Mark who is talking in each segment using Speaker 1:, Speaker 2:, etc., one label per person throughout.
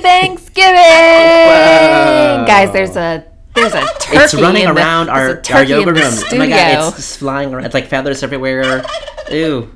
Speaker 1: Thanksgiving, guys. There's a there's a turkey.
Speaker 2: It's running
Speaker 1: in the-
Speaker 2: around
Speaker 1: there's a
Speaker 2: our, our
Speaker 1: turkey
Speaker 2: yoga
Speaker 1: in the
Speaker 2: room. Oh my
Speaker 1: studio.
Speaker 2: god, it's just flying around. It's like feathers everywhere. Ew.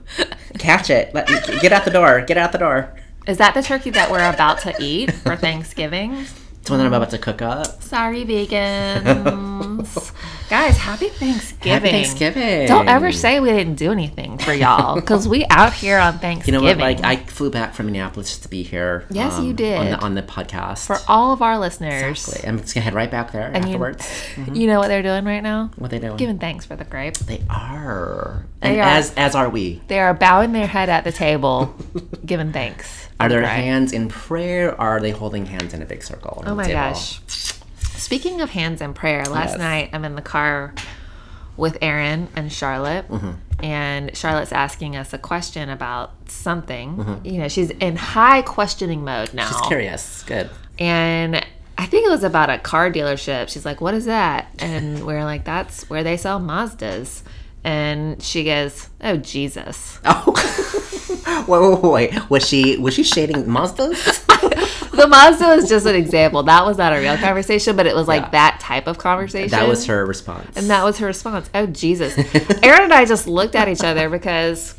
Speaker 2: Catch it. Let, get out the door. Get out the door.
Speaker 1: Is that the turkey that we're about to eat for Thanksgiving?
Speaker 2: It's one that I'm about to cook up.
Speaker 1: Sorry, vegans. Guys, happy Thanksgiving.
Speaker 2: Happy Thanksgiving.
Speaker 1: Don't ever say we didn't do anything for y'all, because we out here on
Speaker 2: You know
Speaker 1: Thanksgiving.
Speaker 2: what? Like I flew back from Minneapolis just to be here. um,
Speaker 1: Yes, you
Speaker 2: On
Speaker 1: did.
Speaker 2: the, on the podcast.
Speaker 1: for all of our listeners,
Speaker 2: Exactly. I'm just gonna head right back there
Speaker 1: and you,
Speaker 2: afterwards. Mm-hmm.
Speaker 1: you know what they're doing right now?
Speaker 2: What they doing?
Speaker 1: Giving thanks for the grape.
Speaker 2: they are. And
Speaker 1: They are.
Speaker 2: as as are we.
Speaker 1: They are bowing their head at the table, giving thanks.
Speaker 2: Are their
Speaker 1: Right.
Speaker 2: hands in prayer? Or are they holding hands in a big circle?
Speaker 1: Oh my gosh. Speaking of hands in prayer, last
Speaker 2: Yes.
Speaker 1: night I'm in the car with Erin and Charlotte,
Speaker 2: Mm-hmm.
Speaker 1: and Charlotte's asking us a question about something.
Speaker 2: Mm-hmm.
Speaker 1: You know, she's in high questioning mode now.
Speaker 2: Just curious. Good.
Speaker 1: and I think it was about a car dealership. She's like, "What is that?" And we're like, "That's where they sell Mazdas." And she goes, "Oh Jesus!"
Speaker 2: Oh. wait, wait, wait, wait. Was she was she shading Mazdas?
Speaker 1: The Mazda is just an example. That was not a real conversation, but it was like
Speaker 2: Yeah.
Speaker 1: that type of conversation.
Speaker 2: that was her response.
Speaker 1: And that was her response. Oh, Jesus. Aaron and I just looked at each other because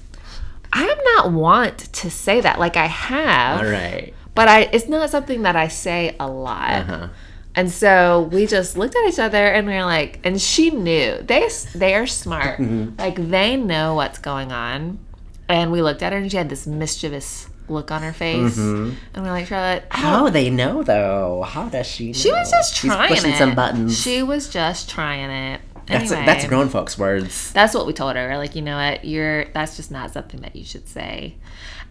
Speaker 1: I am not want to say that. Like I have,
Speaker 2: All right.
Speaker 1: but I it's not something that I say a lot.
Speaker 2: Uh-huh.
Speaker 1: And so we just looked at each other and we were like, and she knew they they are smart,
Speaker 2: Mm-hmm.
Speaker 1: like they know what's going on. And we looked at her and she had this mischievous look on her face,
Speaker 2: Mm-hmm.
Speaker 1: and we're like, Charlotte, I don't
Speaker 2: How Oh, they know though? How does she? Know?
Speaker 1: she was just
Speaker 2: She's
Speaker 1: trying
Speaker 2: pushing
Speaker 1: it.
Speaker 2: some buttons.
Speaker 1: She was just trying it.
Speaker 2: that's
Speaker 1: Anyway.
Speaker 2: that's grown folks' words.
Speaker 1: That's what we told her. We're Like, you know what, you're that's just not something that you should say.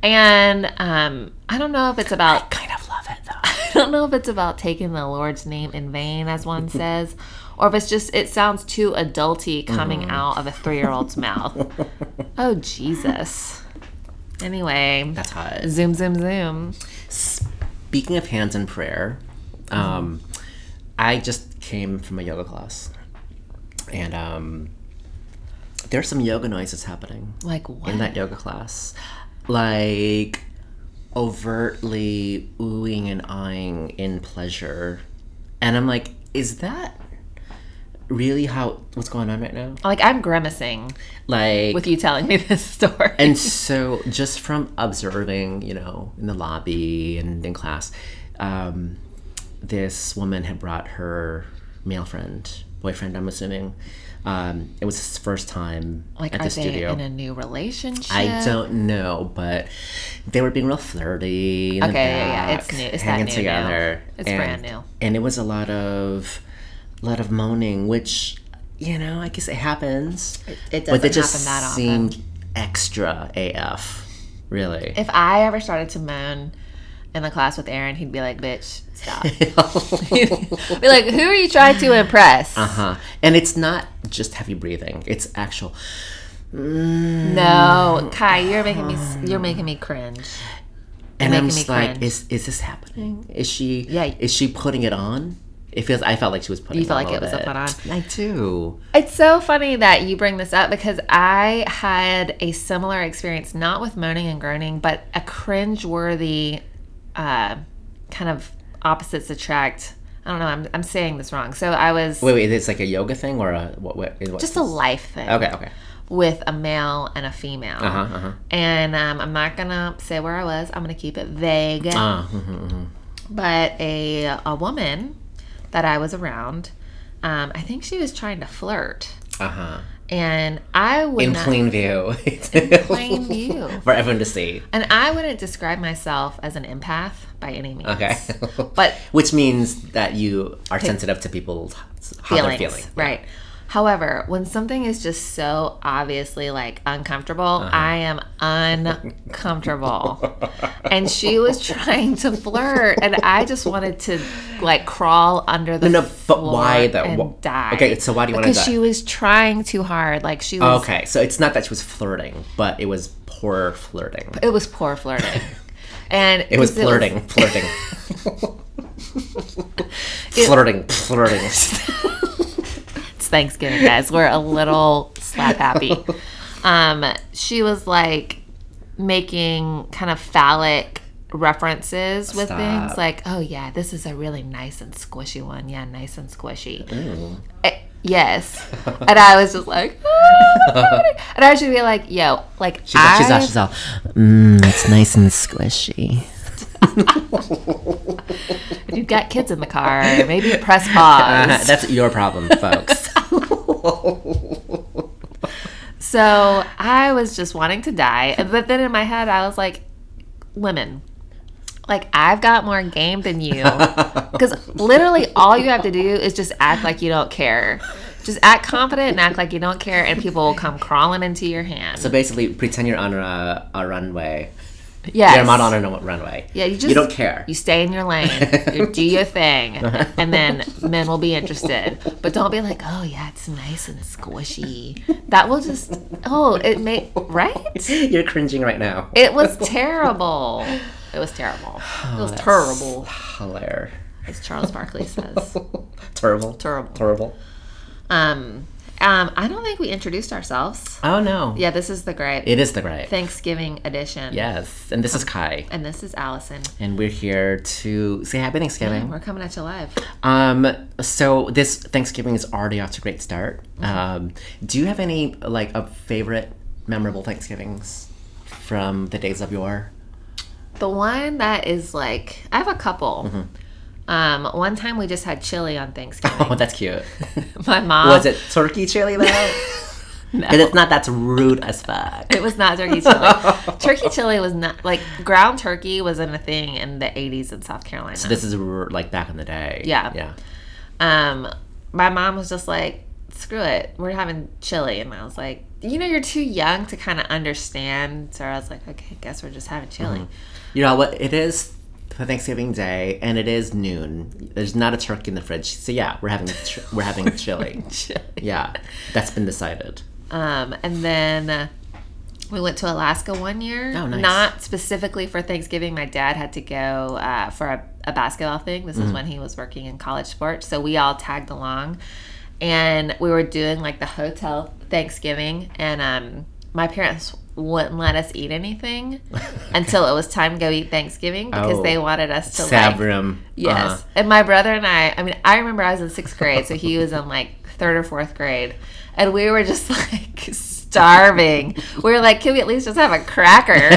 Speaker 1: And um, I don't know if it's about
Speaker 2: Kind of love it though.
Speaker 1: I don't know if it's about taking the Lord's name in vain, as one says, or if it's just it sounds too adulty coming
Speaker 2: Mm-hmm.
Speaker 1: out of a three year old's mouth. Oh Jesus. Anyway.
Speaker 2: That's hot.
Speaker 1: Zoom zoom zoom.
Speaker 2: Speaking of hands in prayer, um, I just came from a yoga class, and um, there's some yoga noises happening.
Speaker 1: Like what?
Speaker 2: in that yoga class, like overtly oohing and eyeing in pleasure, and I'm like, is that really how what's going on right now?
Speaker 1: Like I'm grimacing
Speaker 2: Like,
Speaker 1: with you telling me this story.
Speaker 2: and so just from observing, you know, in the lobby and in class, um, this woman had brought her male friend, boyfriend, I'm assuming. Um, it was his first time
Speaker 1: like
Speaker 2: at
Speaker 1: are
Speaker 2: the
Speaker 1: they
Speaker 2: studio.
Speaker 1: in a new relationship?
Speaker 2: I don't know, but they were being real flirty. In the
Speaker 1: Okay, yeah, yeah,
Speaker 2: back,
Speaker 1: it's new- it's that
Speaker 2: hanging
Speaker 1: new now.
Speaker 2: together.
Speaker 1: It's
Speaker 2: and,
Speaker 1: brand new.
Speaker 2: And it was a lot of, lot of moaning, which, you know, I guess it happens.
Speaker 1: it
Speaker 2: but
Speaker 1: doesn't
Speaker 2: it
Speaker 1: happen
Speaker 2: just
Speaker 1: that often.
Speaker 2: seemed extra AF, really.
Speaker 1: If I ever started to moan in the class with Aaron, he'd be like, "Bitch, stop." be like, "Who are you trying to impress?"
Speaker 2: uh-huh. And it's not just heavy breathing; it's actual.
Speaker 1: No, Kai, you're making me you're making me cringe.
Speaker 2: And I'm
Speaker 1: making
Speaker 2: just
Speaker 1: me
Speaker 2: like,
Speaker 1: cringe. Mm.
Speaker 2: is is this happening? Is she?
Speaker 1: Yeah.
Speaker 2: Is she putting it on? It feels. I felt like she was putting.
Speaker 1: You felt
Speaker 2: on
Speaker 1: like it was
Speaker 2: little
Speaker 1: a put on.
Speaker 2: bit. I do.
Speaker 1: It's so funny that you bring this up because I had a similar experience, not with moaning and groaning, but a cringe-worthy uh, kind of opposites attract. I don't know. I'm I'm saying this wrong. So I was
Speaker 2: Wait, wait, it's like a yoga thing or a what? what, what
Speaker 1: just a life thing.
Speaker 2: okay, okay.
Speaker 1: with a male and a female.
Speaker 2: Uh-huh, uh-huh.
Speaker 1: And um, I'm not going to say where I was. I'm going to keep it vague.
Speaker 2: Uh, mhm, mhm.
Speaker 1: But a, a woman that I was around, um, I think she was trying to flirt.
Speaker 2: uh-huh.
Speaker 1: And I would
Speaker 2: In
Speaker 1: not.
Speaker 2: plain view.
Speaker 1: plain view.
Speaker 2: For everyone to see.
Speaker 1: and I wouldn't describe myself as an empath by any means.
Speaker 2: Okay.
Speaker 1: But
Speaker 2: Which means that you are sensitive to people's how they're
Speaker 1: feelings,
Speaker 2: feeling.
Speaker 1: right? However, when something is just so obviously like uncomfortable,
Speaker 2: Uh-huh.
Speaker 1: I am uncomfortable. and she was trying to flirt, and I just wanted to like crawl under the
Speaker 2: No, no, but
Speaker 1: floor
Speaker 2: why though?
Speaker 1: and
Speaker 2: Wh-
Speaker 1: die.
Speaker 2: Okay, so why do you want to
Speaker 1: because
Speaker 2: die?
Speaker 1: she was trying too hard. Like she was.
Speaker 2: okay, so it's not that she was flirting, but it was poor flirting.
Speaker 1: It was poor flirting. And
Speaker 2: It was
Speaker 1: 'cause
Speaker 2: flirting, flirting. flirting, flirting.
Speaker 1: it's Thanksgiving, guys. We're a little slap happy. Um, she was like making kind of phallic references with
Speaker 2: Stop.
Speaker 1: things like, oh yeah, this is a really nice and squishy one. Yeah, nice and squishy.
Speaker 2: Ooh.
Speaker 1: Eh, yes. and I was just like, "Ah." and I should be like, yo, like
Speaker 2: She's, all- she's, all-
Speaker 1: I-
Speaker 2: she's all, mmm, it's nice and squishy.
Speaker 1: if you've got kids in the car, maybe press pause.
Speaker 2: Uh, that's your problem, folks.
Speaker 1: So I was just wanting to die. But then in my head, I was like, women, like, I've got more game than you. Because literally all you have to do is just act like you don't care. Just act confident and act like you don't care, and people will come crawling into your hand.
Speaker 2: so basically, pretend you're on a, a runway.
Speaker 1: Yes.
Speaker 2: You're not on a no- runway.
Speaker 1: Yeah, you just
Speaker 2: you don't care.
Speaker 1: You stay in your lane. You do your thing, and then men will be interested. But don't be like, oh yeah, it's nice and squishy. That will just oh it may right.
Speaker 2: You're cringing right now.
Speaker 1: It was terrible. It was terrible. It was terrible,
Speaker 2: Hilarious.
Speaker 1: as Charles Barkley says.
Speaker 2: Terrible.
Speaker 1: Terrible.
Speaker 2: Terrible.
Speaker 1: Um, um, I don't think we introduced ourselves.
Speaker 2: Oh no.
Speaker 1: Yeah, this is the great
Speaker 2: It is the great.
Speaker 1: Thanksgiving edition.
Speaker 2: Yes. And this is Kai.
Speaker 1: And this is Allison.
Speaker 2: And we're here to say happy Thanksgiving.
Speaker 1: We're coming at you live.
Speaker 2: Um, so this Thanksgiving is already off to a great start.
Speaker 1: Mm-hmm.
Speaker 2: Um, do you have any like a favorite memorable Thanksgivings from the days of yore?
Speaker 1: The one that is like, I have a couple.
Speaker 2: Mm-hmm.
Speaker 1: Um, one time we just had chili on Thanksgiving.
Speaker 2: Oh, that's cute.
Speaker 1: My mom
Speaker 2: Was it turkey chili though? And it's not that's rude as fuck.
Speaker 1: It was not turkey chili. turkey chili was not like ground turkey wasn't a thing in the 80s in South Carolina.
Speaker 2: This is r- like back in the day.
Speaker 1: Yeah.
Speaker 2: Yeah.
Speaker 1: um, my mom was just like, screw it, we're having chili. And I was like, you know, you're too young to kind of understand. So I was like, okay, guess we're just having chili.
Speaker 2: You know what? It is Thanksgiving Day, and it is noon. There's not a turkey in the fridge, so yeah, we're having ch- we're having chili. Yeah, that's been decided.
Speaker 1: Um, and then uh, we went to Alaska one year.
Speaker 2: Oh, nice.
Speaker 1: Not specifically for Thanksgiving. My dad had to go uh, for a, a basketball thing. This
Speaker 2: Mm-hmm.
Speaker 1: is when he was working in college sports. So we all tagged along. And we were doing like the hotel Thanksgiving. And um, my parents wouldn't let us eat anything until it was time to go eat Thanksgiving because
Speaker 2: Oh.
Speaker 1: they wanted us to like
Speaker 2: Sabrum.
Speaker 1: Yes.
Speaker 2: Uh-huh.
Speaker 1: And my brother and I, I mean, I remember I was in sixth grade, so he was in like third or fourth grade. And we were just like starving. We were like, can we at least just have a cracker?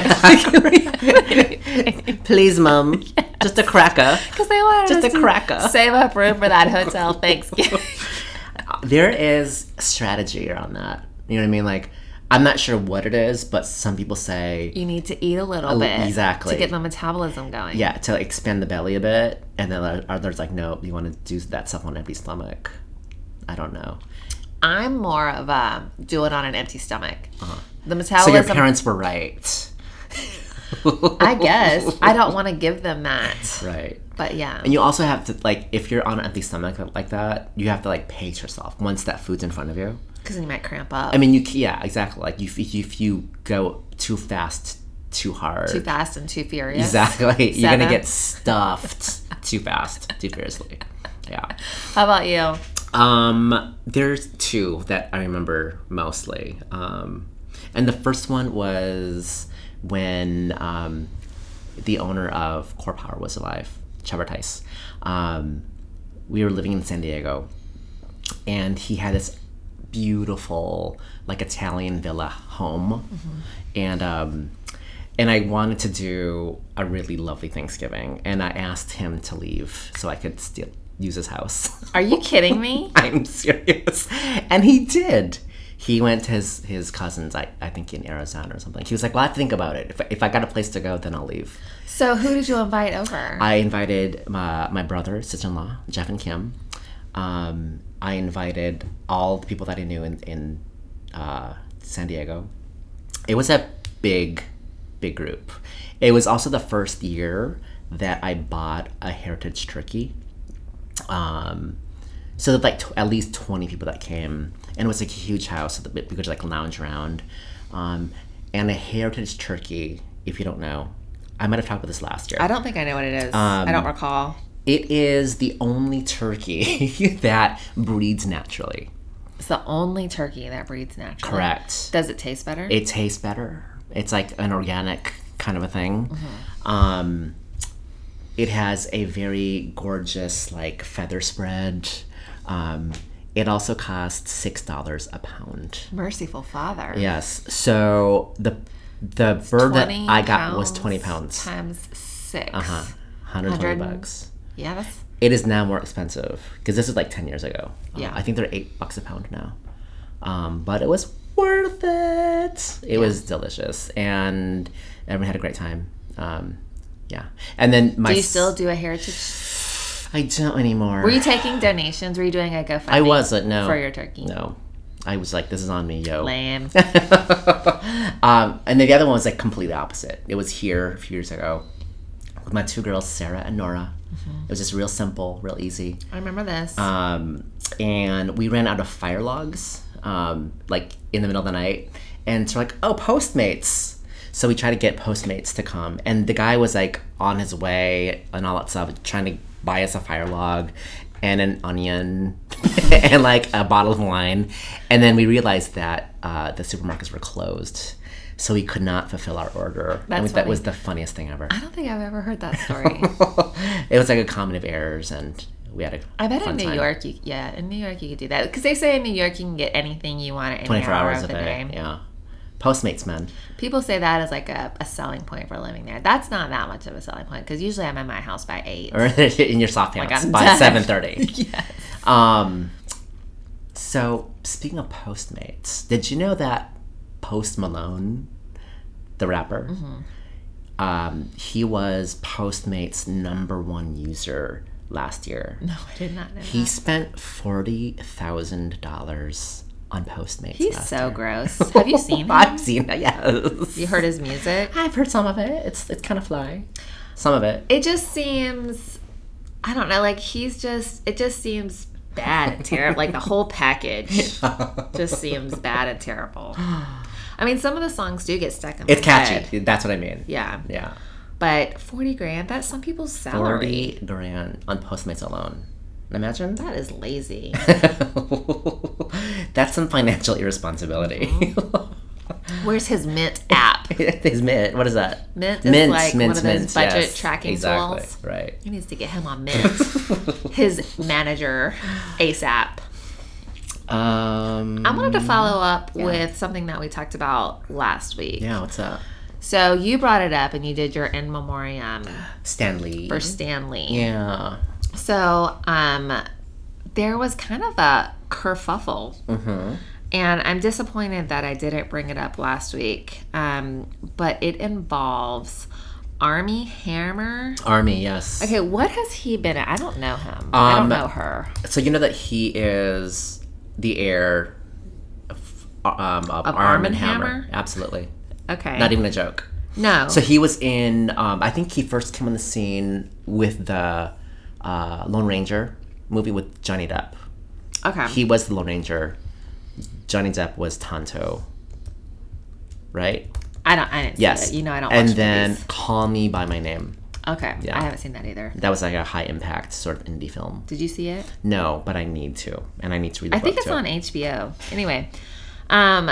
Speaker 1: Because
Speaker 2: Please, mum. Just a cracker.
Speaker 1: they wanted us
Speaker 2: Just a
Speaker 1: to
Speaker 2: cracker.
Speaker 1: Save up room for that hotel Thanksgiving.
Speaker 2: There is strategy around that. You know what I mean? Like, I'm not sure what it is, but some people say,
Speaker 1: you need to eat a little bit.
Speaker 2: Oh, exactly.
Speaker 1: To get the metabolism going.
Speaker 2: yeah, to expand the belly a bit. And then there- others like, no, you want to do that stuff on empty stomach. I don't know.
Speaker 1: I'm more of a do it on an empty stomach. The
Speaker 2: Uh-huh. So your
Speaker 1: metabolism,
Speaker 2: parents were right.
Speaker 1: I guess. I don't want to give them that.
Speaker 2: Right.
Speaker 1: But yeah.
Speaker 2: And you also have to like if you're on an empty stomach like that, you have to like pace yourself once that food's in front of you.
Speaker 1: Because you might cramp up.
Speaker 2: I mean, you c- yeah, exactly. Like you, if you- if you go too fast, too hard,
Speaker 1: too fast and too furious.
Speaker 2: exactly, you you're gonna
Speaker 1: Seven.
Speaker 2: get stuffed too fast, too furiously. Yeah.
Speaker 1: How about you?
Speaker 2: Um, there's two that I remember mostly. Um, and the first one was when um, the owner of Core Power was alive, Trevor Tice. Um, we were living in San Diego, and he had this beautiful, like Italian villa home, and um, and I wanted to do a really lovely Thanksgiving, and I asked him to leave so I could still use his house.
Speaker 1: Are you kidding me?
Speaker 2: I'm serious. And he did. He went to his, his cousin's, I, I think in Arizona or something. He was like, Well, I have to think about it. If, I- if I got a place to go, then I'll leave.
Speaker 1: So who did you invite over?
Speaker 2: I invited my, my brother, sister in law, Jeff and Kim. Um, I invited all the people that I knew in, in uh, San Diego. It was a big, big group. It was also the first year that I bought a heritage turkey. Um, so there's like tw at least 20 people that came and it was like a huge house so that we could like lounge around um, and a heritage turkey if you don't know i might have talked about this last year
Speaker 1: I don't think I know what it is. I
Speaker 2: Um,
Speaker 1: don't recall.
Speaker 2: it is the only turkey that breeds naturally
Speaker 1: It's the only turkey that breeds naturally.
Speaker 2: correct
Speaker 1: Does it taste better?
Speaker 2: it tastes better it's like an organic kind of a thing. Um, it has a very gorgeous like feather spread. Um, it also costs six dollars a pound.
Speaker 1: Merciful Father.
Speaker 2: Yes. So the the bird that
Speaker 1: 20
Speaker 2: I got was twenty pounds.
Speaker 1: Times 6
Speaker 2: Uh-huh. 120
Speaker 1: 100.
Speaker 2: bucks.
Speaker 1: Yeah, that's
Speaker 2: It is now more expensive because this is like 10 years ago. Uh,
Speaker 1: Yeah.
Speaker 2: I think they're 8 bucks a pound now. Um, but it was worth it. It was delicious and everyone had a great time. Um, yeah. And then my
Speaker 1: Do you
Speaker 2: s-
Speaker 1: still do a heritage?
Speaker 2: I don't anymore.
Speaker 1: Were you taking donations? Were you doing a GoFundMe?
Speaker 2: I wasn't. No.
Speaker 1: for your turkey.
Speaker 2: No. I was like this is on me, yo.
Speaker 1: Lamb.
Speaker 2: um, and then the other one was like completely opposite. It was here a few years ago with my two girls, Sarah and Nora.
Speaker 1: Mm-hmm.
Speaker 2: It was just real simple, real easy.
Speaker 1: I remember this.
Speaker 2: Um, and we ran out of fire logs, um, like in the middle of the night. And so we're like, oh, Postmates. So we tried to get Postmates to come. And the guy was like on his way and all that stuff, trying to buy us a fire log and an onion and like a bottle of wine. And then we realized that uh, the supermarkets were closed. So we could not fulfill our order. and we-
Speaker 1: That's
Speaker 2: that was the funniest thing ever.
Speaker 1: I don't think I've ever heard that story.
Speaker 2: it was like a common of errors, and we had a
Speaker 1: I bet in
Speaker 2: fun
Speaker 1: New
Speaker 2: time.
Speaker 1: York, you yeah, in New York you could do that because they say in New York you can get anything you want at any
Speaker 2: 24
Speaker 1: hour
Speaker 2: hours
Speaker 1: of the
Speaker 2: a day.
Speaker 1: day.
Speaker 2: Yeah. Postmates, man.
Speaker 1: People say that as like a, a selling point for living there. That's not that much of a selling point because usually I'm in my house by eight.
Speaker 2: Or in your soft pants
Speaker 1: I'm
Speaker 2: by
Speaker 1: done.
Speaker 2: 7.30.
Speaker 1: yes.
Speaker 2: Um, so, speaking of Postmates, did you know that Post Malone, the rapper,
Speaker 1: Mm-hmm.
Speaker 2: um, he was Postmates' number one user last year.
Speaker 1: No, I did not know.
Speaker 2: He
Speaker 1: He's,
Speaker 2: spent $40,000 on Postmates
Speaker 1: He's
Speaker 2: last
Speaker 1: so
Speaker 2: year.
Speaker 1: gross. Have you seen him?
Speaker 2: I've seen it, yes.
Speaker 1: You heard his music?
Speaker 2: I've heard some of it. It's, it's kind of fly. Some of it.
Speaker 1: It just seems, I don't know, like he's just, it just seems bad and terrible. like the whole package just seems bad and terrible. I mean, some of the songs do get stuck in my
Speaker 2: It's catchy.
Speaker 1: head.
Speaker 2: That's what I mean.
Speaker 1: Yeah.
Speaker 2: Yeah.
Speaker 1: But 40 grand, that's some people's salary.
Speaker 2: 40 grand on Postmates alone. Imagine that.
Speaker 1: That is lazy.
Speaker 2: That's some financial irresponsibility.
Speaker 1: Mm-hmm. Where's his Mint app?
Speaker 2: His mint. What is that?
Speaker 1: Mint is
Speaker 2: Mint,
Speaker 1: like
Speaker 2: mint,
Speaker 1: one of those
Speaker 2: mint,
Speaker 1: budget
Speaker 2: yes,
Speaker 1: tracking
Speaker 2: exactly,
Speaker 1: tools.
Speaker 2: Right.
Speaker 1: He needs to get him on Mint. his manager, ASAP.
Speaker 2: Um,
Speaker 1: I wanted to follow up with something that we talked about last week.
Speaker 2: yeah, what's up?
Speaker 1: So you brought it up and you did your in memoriam
Speaker 2: Stanley.
Speaker 1: for Stanley.
Speaker 2: Mm-hmm. Yeah.
Speaker 1: So um, there was kind of a kerfuffle.
Speaker 2: Mm-hmm.
Speaker 1: And I'm disappointed that I didn't bring it up last week. Um, but it involves Army Hammer.
Speaker 2: Army, yes.
Speaker 1: Okay, what has he been? I don't know him. I don't
Speaker 2: Um,
Speaker 1: know her.
Speaker 2: So you know that he is the heir of, um, of, Arm and Hammer.
Speaker 1: Hammer?
Speaker 2: Absolutely.
Speaker 1: Okay.
Speaker 2: Not even a joke.
Speaker 1: no.
Speaker 2: So he was in. Um, I think he first came on the scene with the uh, Lone Ranger movie with Johnny Depp.
Speaker 1: okay.
Speaker 2: He was the Lone Ranger. Johnny Depp was Tonto. Right.
Speaker 1: I don't. I didn't.
Speaker 2: Yes.
Speaker 1: See it. You know I don't.
Speaker 2: And
Speaker 1: watch
Speaker 2: then
Speaker 1: movies.
Speaker 2: Call Me by My Name.
Speaker 1: Okay.
Speaker 2: Yeah.
Speaker 1: I haven't seen that either.
Speaker 2: That was like a high impact sort of indie film.
Speaker 1: Did you see it?
Speaker 2: No, but I need to, and I need to read. The
Speaker 1: I think
Speaker 2: book
Speaker 1: it's
Speaker 2: too.
Speaker 1: on HBO. Anyway, um,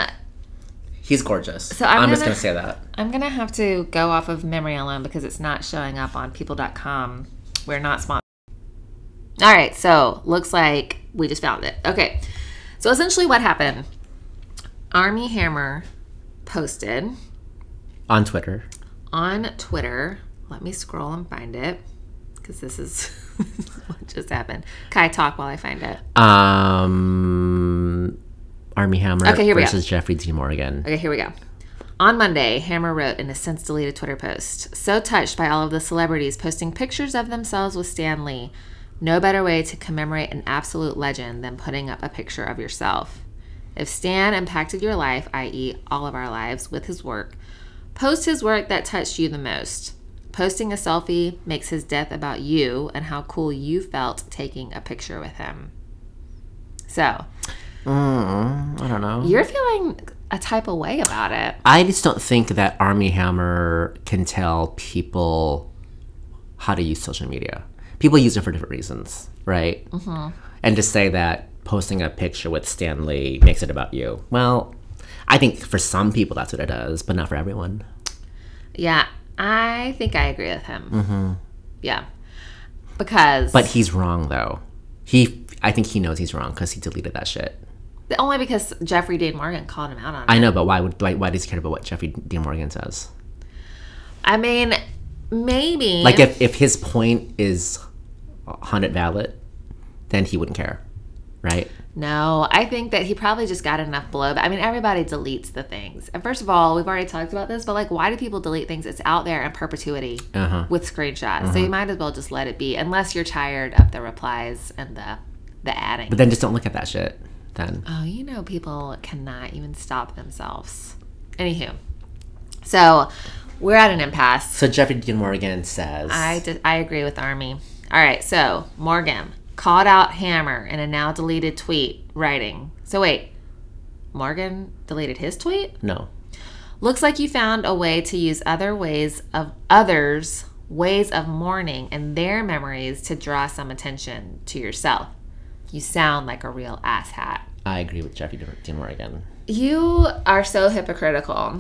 Speaker 2: He's gorgeous. So
Speaker 1: I'm
Speaker 2: I'm, just
Speaker 1: gonna-
Speaker 2: gonna say that.
Speaker 1: I'm gonna have to go off of memory alone because it's not showing up on People.com. We're not sponsored. All right. So looks like we just found it. Okay. So essentially, what happened? Army Hammer posted
Speaker 2: On Twitter.
Speaker 1: on Twitter. Let me scroll and find it because this is what just happened. Kai, talk while I find it.
Speaker 2: Um, Army Hammer
Speaker 1: Okay, here we go.
Speaker 2: versus Jeffrey D. Morgan.
Speaker 1: Okay, here we go. On Monday, Hammer wrote in a since deleted Twitter post So touched by all of the celebrities posting pictures of themselves with Stan Lee. No better way to commemorate an absolute legend than putting up a picture of yourself. If Stan impacted your life, i.e., all of our lives, with his work, post his work that touched you the most. Posting a selfie makes his death about you and how cool you felt taking a picture with him. So,
Speaker 2: Mm, I don't know.
Speaker 1: you're feeling a type of way about it.
Speaker 2: I just don't think that Army Hammer can tell people how to use social media. People use it for different reasons, right? Mm-hmm. And to say that posting a picture with Stanley makes it about you, well, I think for some people that's what it does, but not for everyone.
Speaker 1: Yeah, I think I agree with him. Yeah. Because
Speaker 2: Mm-hmm. But he's wrong though. He, I think he knows he's wrong because he deleted that shit.
Speaker 1: only because Jeffrey Dean Morgan called him out on it.
Speaker 2: I know, but why would why, why does he care about what Jeffrey Dean Morgan says?
Speaker 1: I mean, maybe
Speaker 2: Like if if his point is haunted valid, then he wouldn't care, right?
Speaker 1: No, I think that he probably just got enough blow. I mean, everybody deletes the things. And first of all, we've already talked about this, but like, why do people delete things? It's out there in perpetuity
Speaker 2: Uh-huh.
Speaker 1: with screenshots. So you might as well just let it be, unless you're tired of the replies and the the adding.
Speaker 2: But then just don't look at that shit. Then
Speaker 1: oh, you know, people cannot even stop themselves. Anywho, so we're at an impasse.
Speaker 2: so Jeffrey Dean Morgan says,
Speaker 1: I, di- I agree with Army. All right, so Morgan called out Hammer in a now deleted tweet, writing, So wait, Morgan deleted his tweet?
Speaker 2: no.
Speaker 1: Looks like you found a way to use other ways of others' ways of mourning and their memories to draw some attention to yourself. You sound like a real asshat.
Speaker 2: I agree with Jeffrey Dean Morgan.
Speaker 1: You are so hypocritical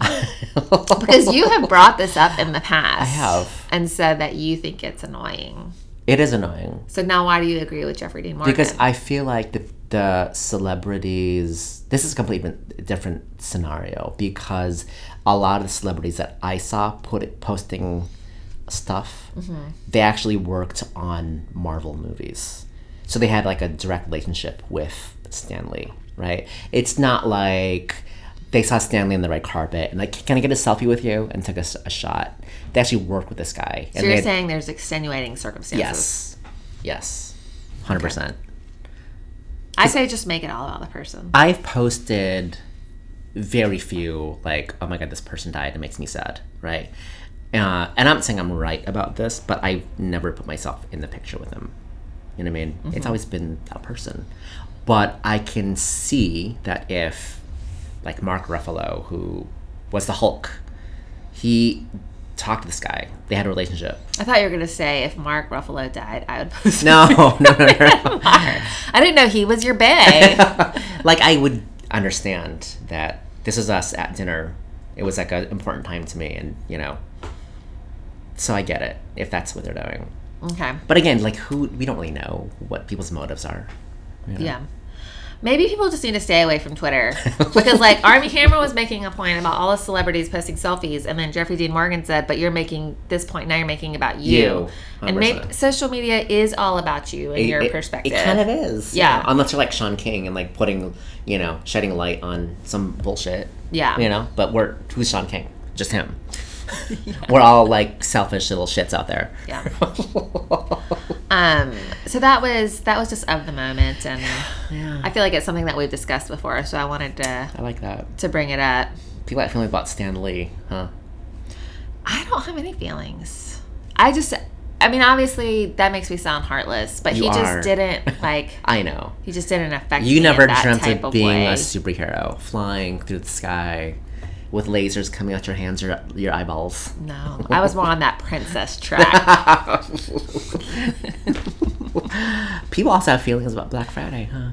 Speaker 1: because you have brought this up in the past. I
Speaker 2: have.
Speaker 1: And said that you think it's annoying.
Speaker 2: It is annoying
Speaker 1: So now, why do you agree with Jeffrey Dean Morgan?
Speaker 2: because I feel like the the celebrities. This is a completely different scenario because a lot of the celebrities that I saw put posting stuff,
Speaker 1: Mm-hmm.
Speaker 2: they actually worked on Marvel movies, so they had like a direct relationship with Stanley. Right? It's not like they saw Stanley on the red carpet and like, can I get a selfie with you? And took a, s- a shot. They actually worked with this guy. and
Speaker 1: so
Speaker 2: they
Speaker 1: you're
Speaker 2: had-
Speaker 1: saying there's extenuating circumstances.
Speaker 2: Yes. Yes. 100%.
Speaker 1: I say just make it all about the person.
Speaker 2: I've posted very few, like, oh my god, this person died. It makes me sad, right? Uh, and I'm not saying I'm right about this, but I've never put myself in the picture with them. You know what I mean? It's always been that person. But I can see that if, like, Mark Ruffalo, who was the Hulk, he talked to this guy, they had a relationship.
Speaker 1: I thought you were gonna say if Mark Ruffalo died, I would post.
Speaker 2: No, no, no, no. no.
Speaker 1: Mark. I didn't know he was your bae.
Speaker 2: like I would understand that this is us at dinner. It was like an important time to me, and you know, so I get it if that's what they're doing.
Speaker 1: okay.
Speaker 2: But again, like who we don't really know what people's motives are.
Speaker 1: Yeah. Maybe people just need to stay away from Twitter because, like, Army Hammer was making a point about all the celebrities posting selfies, and then Jeffrey Dean Morgan said, "But you're making this point now. You're making about you."
Speaker 2: You,
Speaker 1: and maybe
Speaker 2: 100%.
Speaker 1: social media is all about you and your
Speaker 2: It- it-
Speaker 1: perspective.
Speaker 2: It kind of is.
Speaker 1: Yeah.
Speaker 2: Unless you're like Sean King and like putting, you know, shedding light on some bullshit.
Speaker 1: Yeah.
Speaker 2: You know, but we're who's Sean King? Just him. We're all like selfish little shits out there.
Speaker 1: Yeah.
Speaker 2: Yeah.
Speaker 1: Um, so that was that was just of the moment, and
Speaker 2: yeah.
Speaker 1: I feel like it's something that we've discussed before. So I wanted to
Speaker 2: I like that.
Speaker 1: to bring it up.
Speaker 2: People at Family bought Stan Lee, huh?
Speaker 1: I don't have any feelings. I just, I mean, obviously that makes me sound heartless, but
Speaker 2: You
Speaker 1: he
Speaker 2: are.
Speaker 1: just didn't like.
Speaker 2: I know.
Speaker 1: He just didn't affect me
Speaker 2: You
Speaker 1: in
Speaker 2: never
Speaker 1: that
Speaker 2: dreamt
Speaker 1: type
Speaker 2: of being a
Speaker 1: way.
Speaker 2: superhero, flying through the sky with lasers coming out your hands or your eyeballs.
Speaker 1: No, I was more on that princess track.
Speaker 2: People also have feelings about Black Friday, huh?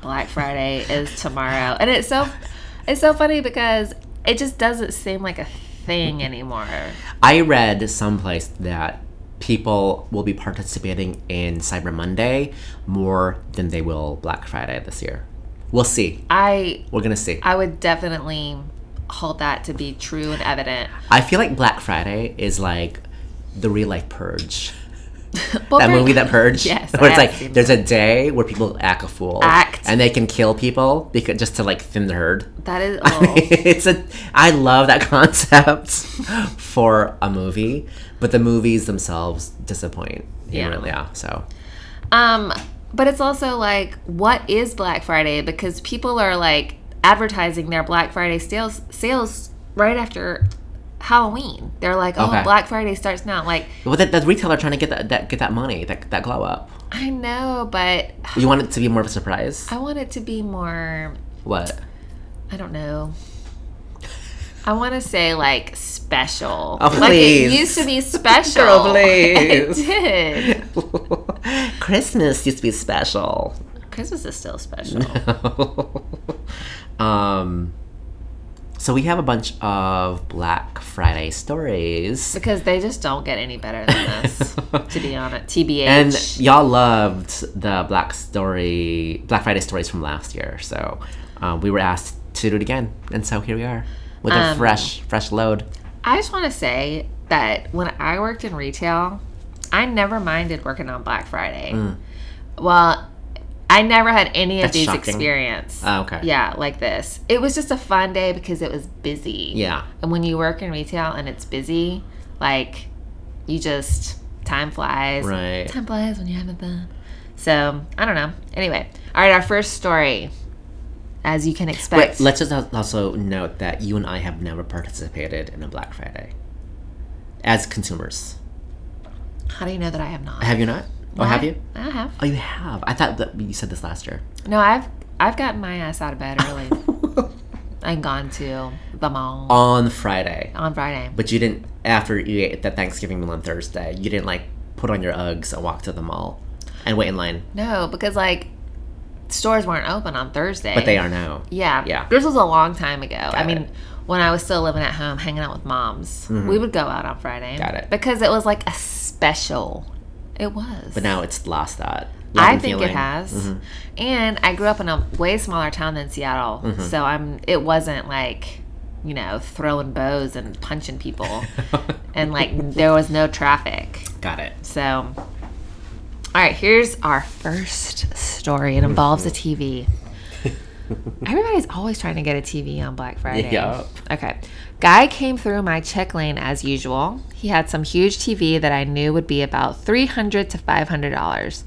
Speaker 1: Black Friday is tomorrow, and it's so, it's so funny because it just doesn't seem like a thing anymore.
Speaker 2: I read someplace that people will be participating in Cyber Monday more than they will Black Friday this year. We'll see.
Speaker 1: I,
Speaker 2: We're gonna see.
Speaker 1: I would definitely hold that to be true and evident.
Speaker 2: I feel like Black Friday is like the real life purge.
Speaker 1: But
Speaker 2: that
Speaker 1: for-
Speaker 2: movie that purge
Speaker 1: Yes,
Speaker 2: where
Speaker 1: I
Speaker 2: it's
Speaker 1: have
Speaker 2: like
Speaker 1: seen
Speaker 2: there's a day where people act a fool
Speaker 1: Act.
Speaker 2: and they can kill people because just to like thin the herd
Speaker 1: that is.
Speaker 2: I mean,
Speaker 1: Oh.
Speaker 2: it's a i love that concept for a movie but the movies themselves disappoint
Speaker 1: Yeah.
Speaker 2: yeah yeah so
Speaker 1: Um, but it's also like, what is Black Friday? Because people are like advertising their Black Friday sales sales right after Halloween. They're like, oh,
Speaker 2: Okay.
Speaker 1: Black Friday starts now. Like,
Speaker 2: well that, that retailer trying to get that, that get that money that, that glow up
Speaker 1: I know, but
Speaker 2: you want it to be more of a surprise
Speaker 1: I want it to be more.
Speaker 2: what
Speaker 1: I don't know. I want to say like special.
Speaker 2: Oh,
Speaker 1: Like it
Speaker 2: please.
Speaker 1: used to be special.
Speaker 2: Girl, please.
Speaker 1: It did.
Speaker 2: christmas used to be special
Speaker 1: Christmas is still special.
Speaker 2: um So we have a bunch of Black Friday stories.
Speaker 1: because they just don't get any better than this, to be honest. TBH.
Speaker 2: And y'all loved the Black Story, Black Friday stories from last year. So um, we were asked to do it again, and so here we are with a fresh, fresh load.
Speaker 1: I just want to say that when I worked in retail, I never minded working on Black Friday. Well, I never had any of
Speaker 2: Mm. That's
Speaker 1: these
Speaker 2: shocking.
Speaker 1: experience.
Speaker 2: Oh, okay.
Speaker 1: uh, Yeah, like this. It was just a fun day because it was busy.
Speaker 2: Yeah.
Speaker 1: And when you work in retail and it's busy, like you just time flies.
Speaker 2: Right.
Speaker 1: Time flies when you're having fun. So I don't know. Anyway, all right. Our first story, as you can expect.
Speaker 2: But let's just al- also note that you and I have never participated in a Black Friday as consumers.
Speaker 1: how do you know that I have not?
Speaker 2: Have you not? Or have you?
Speaker 1: I have.
Speaker 2: Oh, you have. I thought that you said this last year.
Speaker 1: No, I've I've gotten my ass out of bed early and gone to the mall
Speaker 2: On Friday.
Speaker 1: on Friday.
Speaker 2: Oh. But you didn't, after you ate that Thanksgiving meal on Thursday, you didn't like put on your Uggs and walk to the mall and wait in line.
Speaker 1: No, because like stores weren't open on Thursday.
Speaker 2: But they are now.
Speaker 1: Yeah.
Speaker 2: Yeah.
Speaker 1: This was a long time ago. I
Speaker 2: it. Mm-hmm.
Speaker 1: mean, when I was still living at home, hanging out with moms, we would go out on Friday.
Speaker 2: Got it.
Speaker 1: Because it was like a special. It was.
Speaker 2: But now it's lost that.
Speaker 1: I
Speaker 2: loving
Speaker 1: think
Speaker 2: feeling.
Speaker 1: it
Speaker 2: Mm-hmm.
Speaker 1: has. And I grew up in a way smaller town than Seattle.
Speaker 2: Mm-hmm.
Speaker 1: So I'm it wasn't like, you know, throwing bows and punching people and like there was no traffic.
Speaker 2: Got it.
Speaker 1: So All right, here's our first story. It involves a TV. Everybody's always trying to get a TV on Black Friday.
Speaker 2: Yup.
Speaker 1: Okay. Guy came through my check lane as usual. He had some huge TV that I knew would be about $300 to $500.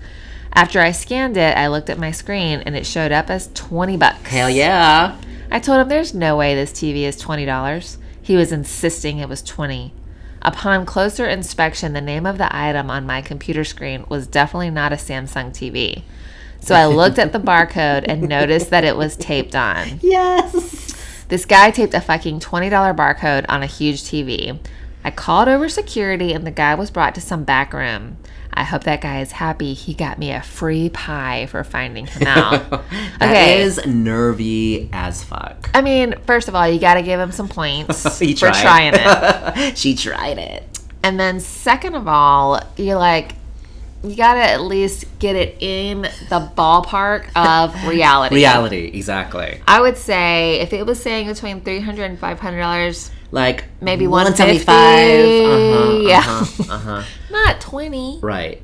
Speaker 1: After I scanned it, I looked at my screen and it showed up as 20 bucks.
Speaker 2: Hell yeah.
Speaker 1: I told him there's no way this TV is $20. He was insisting it was 20. Upon closer inspection, the name of the item on my computer screen was definitely not a Samsung TV. So I looked at the barcode and noticed that it was taped on.
Speaker 2: Yes.
Speaker 1: This guy taped a fucking $20 barcode on a huge TV. I called over security and the guy was brought to some back room. I hope that guy is happy. He got me a free pie for finding him out.
Speaker 2: That is nervy as fuck.
Speaker 1: I mean, first of all, you got to give him some points
Speaker 2: He
Speaker 1: for
Speaker 2: tried.
Speaker 1: trying it.
Speaker 2: she tried it.
Speaker 1: And then, second of all, you're like, you got to at least get it in the ballpark of reality.
Speaker 2: Reality, exactly.
Speaker 1: I would say if it was saying between $300 and $500,
Speaker 2: Like
Speaker 1: maybe
Speaker 2: 175.
Speaker 1: 175 Yeah.
Speaker 2: Uh-huh, Uh-huh, uh-huh.
Speaker 1: not 20
Speaker 2: Right.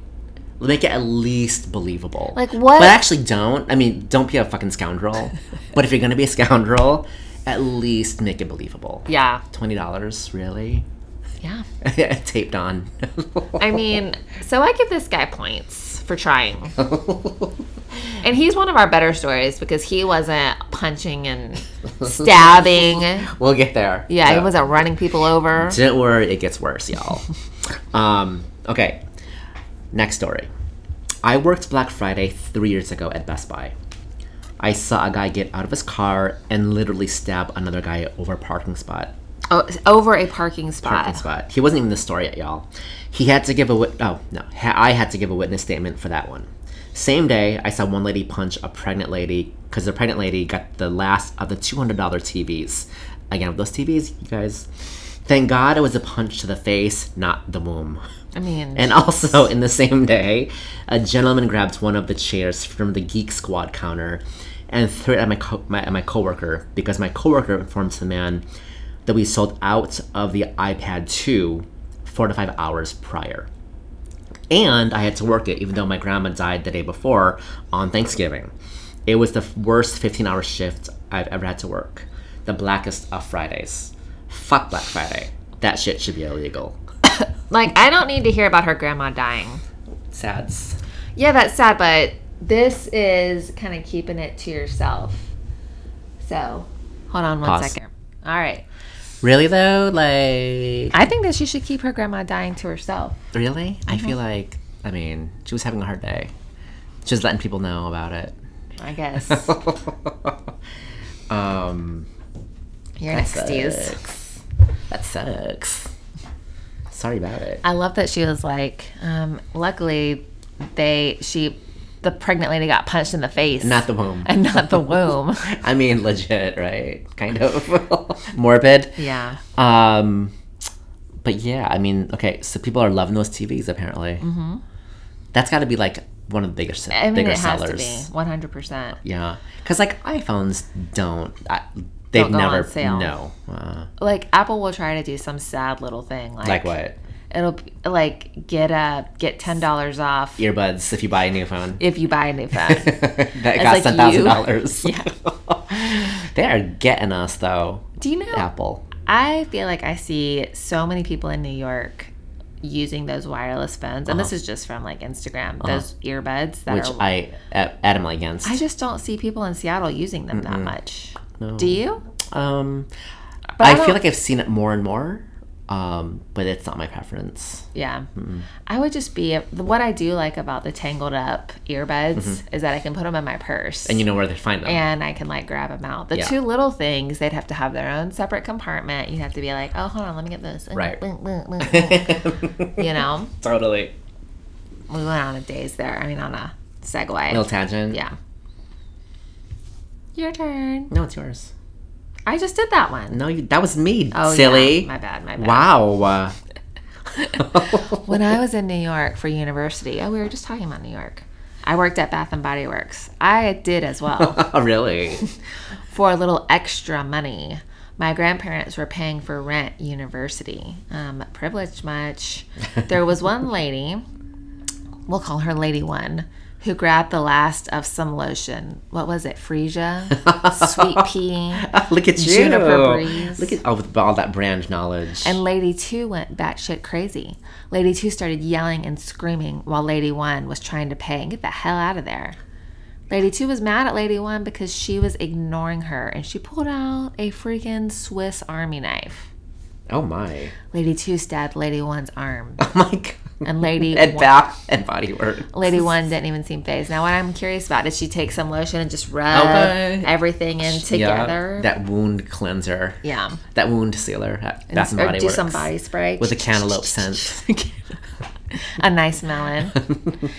Speaker 2: Make it at least believable.
Speaker 1: Like, what-
Speaker 2: But actually, don't. I mean, don't be a fucking scoundrel. but if you're gonna be a scoundrel, at least make it believable.
Speaker 1: Yeah.
Speaker 2: Twenty dollars, really?
Speaker 1: Yeah.
Speaker 2: Taped on.
Speaker 1: I mean, so I give this guy points for trying. And he's one of our better stories because he wasn't punching and stabbing.
Speaker 2: we'll get there.
Speaker 1: Yeah, he
Speaker 2: So-
Speaker 1: wasn't running people over.
Speaker 2: Don't worry, it gets worse, y'all. um, okay, next story. I worked Black Friday three years ago at Best Buy. I saw a guy get out of his car and literally stab another guy over a parking spot.
Speaker 1: Oh, it's over a parking spot.
Speaker 2: Parking spot. He wasn't even in the store yet, y'all. He had to give a wit- oh no, ha- I had to give a witness statement for that one. Same day, I saw one lady punch a pregnant lady because the pregnant lady got the last of the two hundred dollar TVs. Again, with those TVs, you guys. Thank God it was a punch to the face, not the womb.
Speaker 1: I mean,
Speaker 2: And also, in the same day, a gentleman grabbed one of the chairs from the Geek Squad counter and threw it at my, co- my, at my coworker because my coworker informs the man that we sold out of the iPad 2 four to five hours prior. And I had to work it, even though my grandma died the day before on Thanksgiving. It was the f- worst 15 hour shift I've ever had to work. The blackest of Fridays. Fuck Black Friday. That shit should be illegal.
Speaker 1: like, I don't need to hear about her grandma dying.
Speaker 2: Sads.
Speaker 1: Yeah, that's sad, but this is kind of keeping it to yourself. So, hold on one second.
Speaker 2: Pause.
Speaker 1: All right.
Speaker 2: Really though, like
Speaker 1: I think that she should keep her grandma dying to herself.
Speaker 2: really,
Speaker 1: Mm-hmm.
Speaker 2: I feel like I mean she was having a hard day. She was letting people know about it.
Speaker 1: I guess.
Speaker 2: um,
Speaker 1: Your excuse.
Speaker 2: that sucks. Sorry about it.
Speaker 1: I love that she was like, um, luckily, they she the pregnant lady got punched in the face
Speaker 2: Not the womb.
Speaker 1: and not the womb.
Speaker 2: I mean, legit, right? Kind of morbid.
Speaker 1: yeah.
Speaker 2: Um, but yeah, I mean, okay, so people are loving those TVs apparently. That's got to be like one of the biggest,
Speaker 1: Mm-hmm. I mean,
Speaker 2: bigger
Speaker 1: it has
Speaker 2: sellers.
Speaker 1: to be 100%.
Speaker 2: Yeah, because like iPhones don't. I, they've
Speaker 1: go on
Speaker 2: never.
Speaker 1: sale.
Speaker 2: No. Uh,
Speaker 1: Like, Apple will try to do some sad little thing. Like,
Speaker 2: like what?
Speaker 1: It'll, be- like, get a, get $10 off
Speaker 2: Earbuds if you buy a new phone.
Speaker 1: if you buy a new phone.
Speaker 2: that costs
Speaker 1: like
Speaker 2: ten
Speaker 1: you.
Speaker 2: thousand dollars. Yeah. they are getting us though.
Speaker 1: do you know?
Speaker 2: Apple.
Speaker 1: I feel like I see so many people in New York using those wireless phones, and this is just from like Instagram, those earbuds that
Speaker 2: Uh-huh. Which
Speaker 1: are. I,
Speaker 2: I a- adamantly against.
Speaker 1: just don't see people in Seattle using them that much. Do you?
Speaker 2: um,
Speaker 1: But
Speaker 2: I,
Speaker 1: don't-
Speaker 2: feel like I've seen it more and more, um, but it's not my preference.
Speaker 1: Yeah. I would just be. What I do like about the tangled up earbuds is that I can put them in my purse.
Speaker 2: Mm-hmm. And you know where to find them.
Speaker 1: and I can like grab them out. The
Speaker 2: Yeah.
Speaker 1: two little things, they'd have to have their own separate compartment. You'd have to be like, oh, hold on, let me get this.
Speaker 2: Right.
Speaker 1: you know,
Speaker 2: totally.
Speaker 1: we went on a daze there. I mean, on a segue.
Speaker 2: No tangent.
Speaker 1: Yeah. Your turn.
Speaker 2: No, it's yours.
Speaker 1: I just did that one.
Speaker 2: No, you, that was me.
Speaker 1: Oh,
Speaker 2: silly.
Speaker 1: yeah. My bad. My bad.
Speaker 2: Wow. uh,
Speaker 1: When I was in New York for university, oh, we were just talking about New York. I worked at Bath and Body Works. I did as well.
Speaker 2: really?
Speaker 1: for a little extra money. My grandparents were paying for rent university. Um, privileged much. There was one lady, we'll call her Lady One, who grabbed the last of some lotion. What was it? Freesia? Sweet pea.
Speaker 2: Look at you.
Speaker 1: Juniper breeze.
Speaker 2: Look at oh, with all that brand knowledge.
Speaker 1: And Lady Two went batshit crazy. Lady Two started yelling and screaming while Lady One was trying to pay and get the hell out of there. Lady Two was mad at Lady One because she was ignoring her and she pulled out a freaking Swiss Army knife.
Speaker 2: oh my.
Speaker 1: Lady Two stabbed Lady One's arm.
Speaker 2: Oh my god.
Speaker 1: And Lady
Speaker 2: and
Speaker 1: One-
Speaker 2: bath and body work.
Speaker 1: Lady One didn't even seem phased. Now, what I'm curious about is she take some lotion and just rub
Speaker 2: Okay.
Speaker 1: everything in together?
Speaker 2: Yeah, that wound cleanser.
Speaker 1: Yeah.
Speaker 2: That wound sealer. At Bath and
Speaker 1: or
Speaker 2: Body
Speaker 1: do
Speaker 2: Works.
Speaker 1: some body spray
Speaker 2: with a cantaloupe scent.
Speaker 1: a nice melon.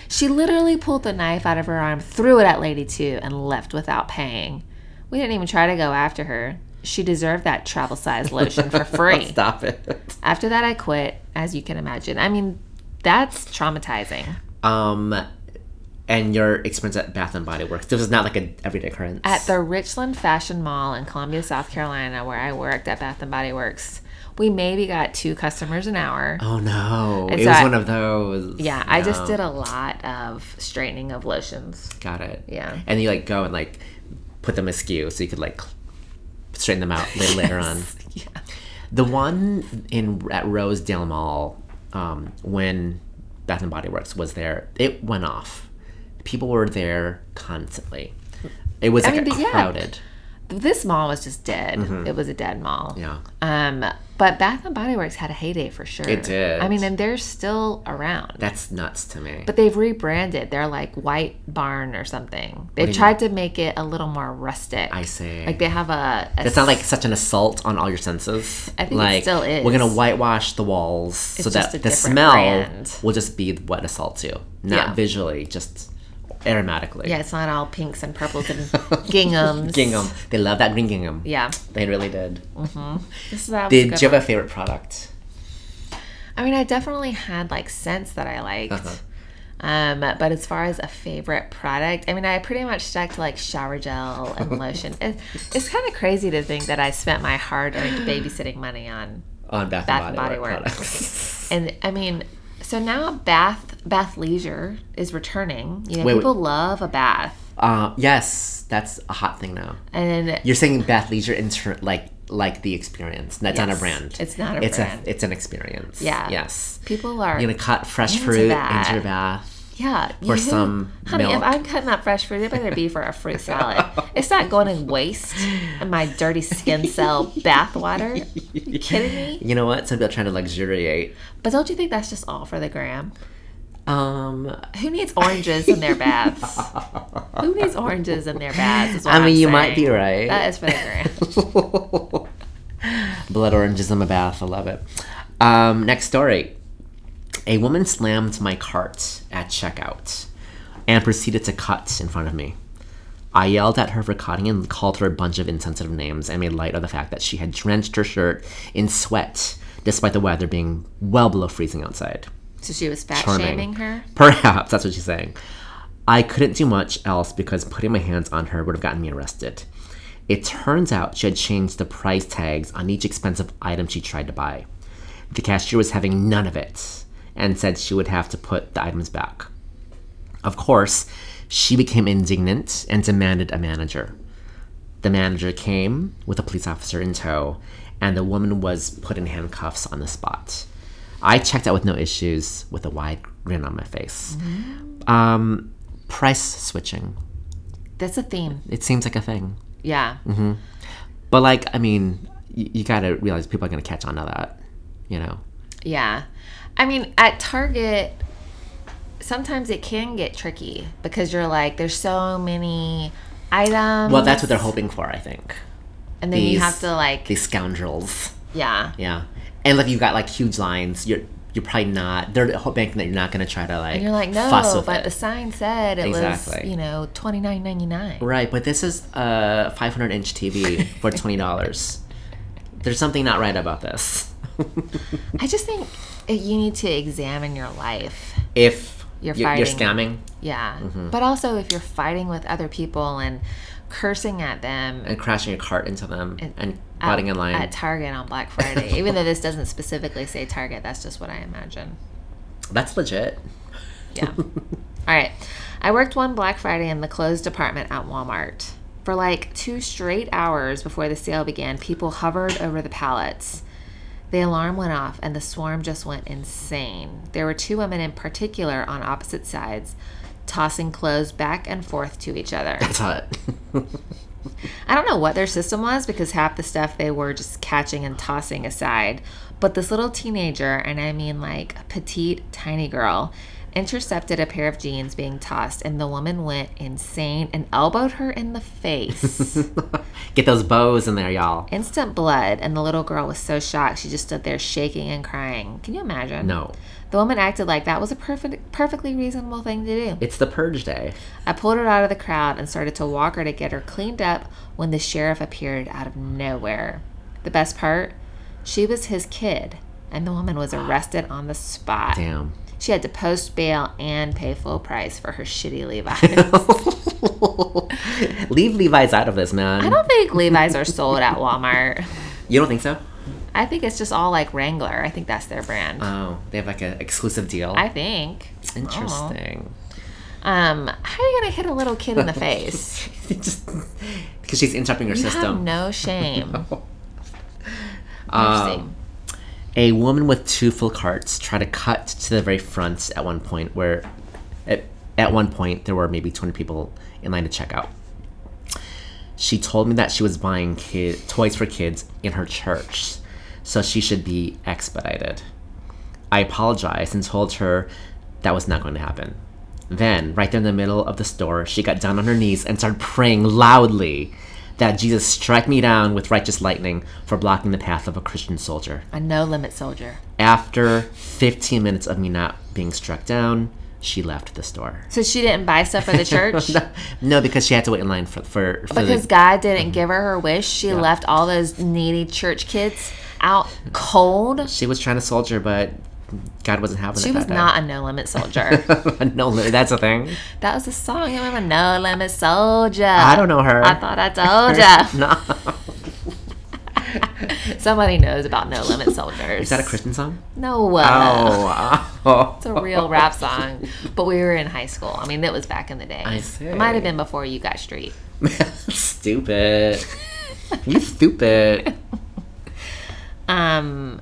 Speaker 1: she literally pulled the knife out of her arm, threw it at Lady Two, and left without paying. We didn't even try to go after her. She deserved that travel size lotion for free.
Speaker 2: Stop it.
Speaker 1: after that, I quit, as you can imagine. I mean, that's traumatizing.
Speaker 2: Um, and your experience at Bath and Body Works. This was not like an everyday occurrence.
Speaker 1: At the Richland Fashion Mall in Columbia, South Carolina, where I worked at Bath and Body Works, we maybe got two customers an hour.
Speaker 2: oh no, it
Speaker 1: so
Speaker 2: was
Speaker 1: I-
Speaker 2: one of those.
Speaker 1: yeah, I just
Speaker 2: No.
Speaker 1: did a lot of straightening of lotions.
Speaker 2: Got it.
Speaker 1: Yeah.
Speaker 2: And you like go and like put them askew so you could like straighten them out later, later on.
Speaker 1: Yeah.
Speaker 2: The one in at Rosedale Mall, um, when Bath and Body Works was there, it went off. People were there constantly. It was like
Speaker 1: mean,
Speaker 2: a
Speaker 1: but yeah.
Speaker 2: crowded.
Speaker 1: This mall was just dead. It was a dead mall.
Speaker 2: Mm-hmm. Yeah.
Speaker 1: Um, but Bath and Body Works had a heyday for sure.
Speaker 2: It did.
Speaker 1: I mean, and they're still around.
Speaker 2: That's nuts to me.
Speaker 1: but they've rebranded. They're like White Barn or something. They've tried to make it a little more rustic.
Speaker 2: I see.
Speaker 1: Like they have a. a
Speaker 2: That's not like such an assault on all your senses.
Speaker 1: I think it
Speaker 2: like,
Speaker 1: still is.
Speaker 2: We're gonna whitewash the walls so
Speaker 1: just a
Speaker 2: that the
Speaker 1: different
Speaker 2: smell
Speaker 1: brand.
Speaker 2: will just be what assaults you, not
Speaker 1: Yeah.
Speaker 2: visually, just aromatically.
Speaker 1: Yeah, it's not all pinks and purples and ginghams.
Speaker 2: Gingham. They love that green gingham.
Speaker 1: Yeah.
Speaker 2: They really did.
Speaker 1: This is that was a
Speaker 2: Did
Speaker 1: good
Speaker 2: you have a favorite product?
Speaker 1: I mean, I definitely had like scents that I liked.
Speaker 2: Uh-huh.
Speaker 1: Um, but as far as a favorite product, I mean, I pretty much stuck to like shower gel and lotion. It, it's kind of crazy to think that I spent my hard earned babysitting money on.
Speaker 2: On Bath,
Speaker 1: Bath
Speaker 2: and
Speaker 1: and
Speaker 2: Body,
Speaker 1: Body
Speaker 2: Works
Speaker 1: Works.
Speaker 2: products.
Speaker 1: And I mean, so now bath bath leisure is returning. You know,
Speaker 2: Wait, wait.
Speaker 1: people love a bath,
Speaker 2: uh, yes, that's a hot thing now.
Speaker 1: and
Speaker 2: You're saying Bath Leisure inter- like like the experience. That's not a
Speaker 1: Yes.
Speaker 2: brand.
Speaker 1: It's not a
Speaker 2: it's
Speaker 1: brand.
Speaker 2: A, it's an experience.
Speaker 1: Yeah.
Speaker 2: Yes.
Speaker 1: people are
Speaker 2: You're gonna cut fresh
Speaker 1: Into
Speaker 2: fruit
Speaker 1: that.
Speaker 2: into your bath.
Speaker 1: yeah.
Speaker 2: Or
Speaker 1: you-
Speaker 2: some
Speaker 1: honey,
Speaker 2: milk.
Speaker 1: if I'm cutting up fresh fruit, it better be for a fruit salad. It's not going in waste in my dirty skin cell bath water. you kidding me?
Speaker 2: You know what? Some people are trying to luxuriate.
Speaker 1: But don't you think that's just all for the gram?
Speaker 2: Um,
Speaker 1: Who needs oranges in their baths? Who needs oranges in their baths? is what
Speaker 2: I mean,
Speaker 1: I'm
Speaker 2: you might
Speaker 1: saying.
Speaker 2: be right.
Speaker 1: That is for the gram.
Speaker 2: Blood oranges in my bath. I love it. Um, next story. A woman slammed my cart at checkout and proceeded to cut in front of me. I yelled at her for cutting and called her a bunch of insensitive names and made light of the fact that she had drenched her shirt in sweat despite the weather being well below freezing outside.
Speaker 1: So she was fat
Speaker 2: Charming.
Speaker 1: shaming her.
Speaker 2: Perhaps that's what she's saying. I couldn't do much else because putting my hands on her would have gotten me arrested. It turns out she had changed the price tags on each expensive item she tried to buy. The cashier was having none of it and said she would have to put the items back. Of course, she became indignant and demanded a manager. The manager came with a police officer in tow, and the woman was put in handcuffs on the spot. I checked out with no issues, with a wide grin on my face.
Speaker 1: Mm-hmm.
Speaker 2: Um, price switching.
Speaker 1: That's a theme.
Speaker 2: It seems like a thing.
Speaker 1: Yeah.
Speaker 2: Mm-hmm. But, like, I mean, y- you gotta realize people are gonna catch on to that, you know?
Speaker 1: Yeah. I mean, at Target, sometimes it can get tricky because you're like, there's so many items.
Speaker 2: Well, that's what they're hoping for, I think.
Speaker 1: And then you
Speaker 2: these-
Speaker 1: have to, like,
Speaker 2: These scoundrels.
Speaker 1: yeah.
Speaker 2: Yeah. And like you've got like huge lines, you're you're probably not they're ho- banking that you're not gonna try to like
Speaker 1: And you're like,
Speaker 2: fuss
Speaker 1: no,
Speaker 2: with
Speaker 1: but the
Speaker 2: it.
Speaker 1: sign said it was,
Speaker 2: Exactly.
Speaker 1: you know, twenty nine ninety nine.
Speaker 2: Right, but this is a five hundred inch TV for twenty dollars. There's something not right about this.
Speaker 1: I just think uh, you need to examine your life.
Speaker 2: if
Speaker 1: You're
Speaker 2: you- you're
Speaker 1: fighting.
Speaker 2: scamming
Speaker 1: Yeah.
Speaker 2: Mm-hmm.
Speaker 1: But also if you're fighting with other people and cursing at them
Speaker 2: and crashing your cart into them and,
Speaker 1: at-
Speaker 2: butting in line.
Speaker 1: at Target on Black Friday, even though this doesn't specifically say Target, that's just what I imagine.
Speaker 2: That's legit.
Speaker 1: Yeah. All right. I worked one Black Friday in the clothes department at Walmart. For like two straight hours before the sale began, people hovered over the pallets. The alarm went off and the swarm just went insane. There were two women in particular on opposite sides, tossing clothes back and forth to each other.
Speaker 2: That's hot.
Speaker 1: I don't know what their system was because half the stuff they were just catching and tossing aside. But this little teenager, and I mean like a petite, tiny girl, intercepted a pair of jeans being tossed, and the woman went insane and elbowed her in the face.
Speaker 2: Get those bows in there, y'all.
Speaker 1: Instant blood, and the little girl was so shocked she just stood there shaking and crying. Can you imagine?
Speaker 2: No.
Speaker 1: The woman acted like that was a perfect, perfectly reasonable thing to do.
Speaker 2: It's the purge day.
Speaker 1: I pulled her out of the crowd and started to walk her to get her cleaned up when the sheriff appeared out of nowhere. The best part? She was his kid, and the woman was arrested on the spot.
Speaker 2: Damn.
Speaker 1: She had to post bail and pay full price for her shitty Levi's.
Speaker 2: Leave Levi's out of this, man.
Speaker 1: I don't think Levi's are sold at Walmart.
Speaker 2: you don't think so?
Speaker 1: I think it's just all like Wrangler. I think that's their brand.
Speaker 2: Oh, they have like an exclusive deal.
Speaker 1: I think.
Speaker 2: Interesting.
Speaker 1: Um, how are you gonna hit a little kid in the face?
Speaker 2: Just because she's interrupting your
Speaker 1: You have
Speaker 2: system.
Speaker 1: no shame.
Speaker 2: Um,
Speaker 1: Interesting.
Speaker 2: a woman with two full carts tried to cut to the very front at one point, where at, at one point there were maybe 20 people in line to check out. She told me that she was buying kid, toys for kids in her church, so she should be expedited. I apologized and told her that was not going to happen. Then, right there in the middle of the store, she got down on her knees and started praying loudly that Jesus strike me down with righteous lightning for blocking the path of a Christian soldier.
Speaker 1: A no limit soldier.
Speaker 2: After 15 minutes of me not being struck down, she left the store.
Speaker 1: So she didn't buy stuff for the church?
Speaker 2: No, because she had to wait in line for for, for
Speaker 1: Because
Speaker 2: the,
Speaker 1: God didn't give her her wish, she left all those needy church kids out cold.
Speaker 2: she was trying to soldier, but God wasn't having
Speaker 1: She
Speaker 2: it.
Speaker 1: was not a no limit soldier.
Speaker 2: not. no, that's a thing.
Speaker 1: that was a song. I remember no limit soldier.
Speaker 2: I don't know her.
Speaker 1: I thought I told ya.
Speaker 2: no.
Speaker 1: Somebody knows about no limit soldiers.
Speaker 2: Is that a Christian song?
Speaker 1: No.
Speaker 2: Oh,
Speaker 1: It's a real rap song. But we were in high school. I mean, that was back in the day.
Speaker 2: see.
Speaker 1: It might have been before you got street.
Speaker 2: stupid. You stupid.
Speaker 1: um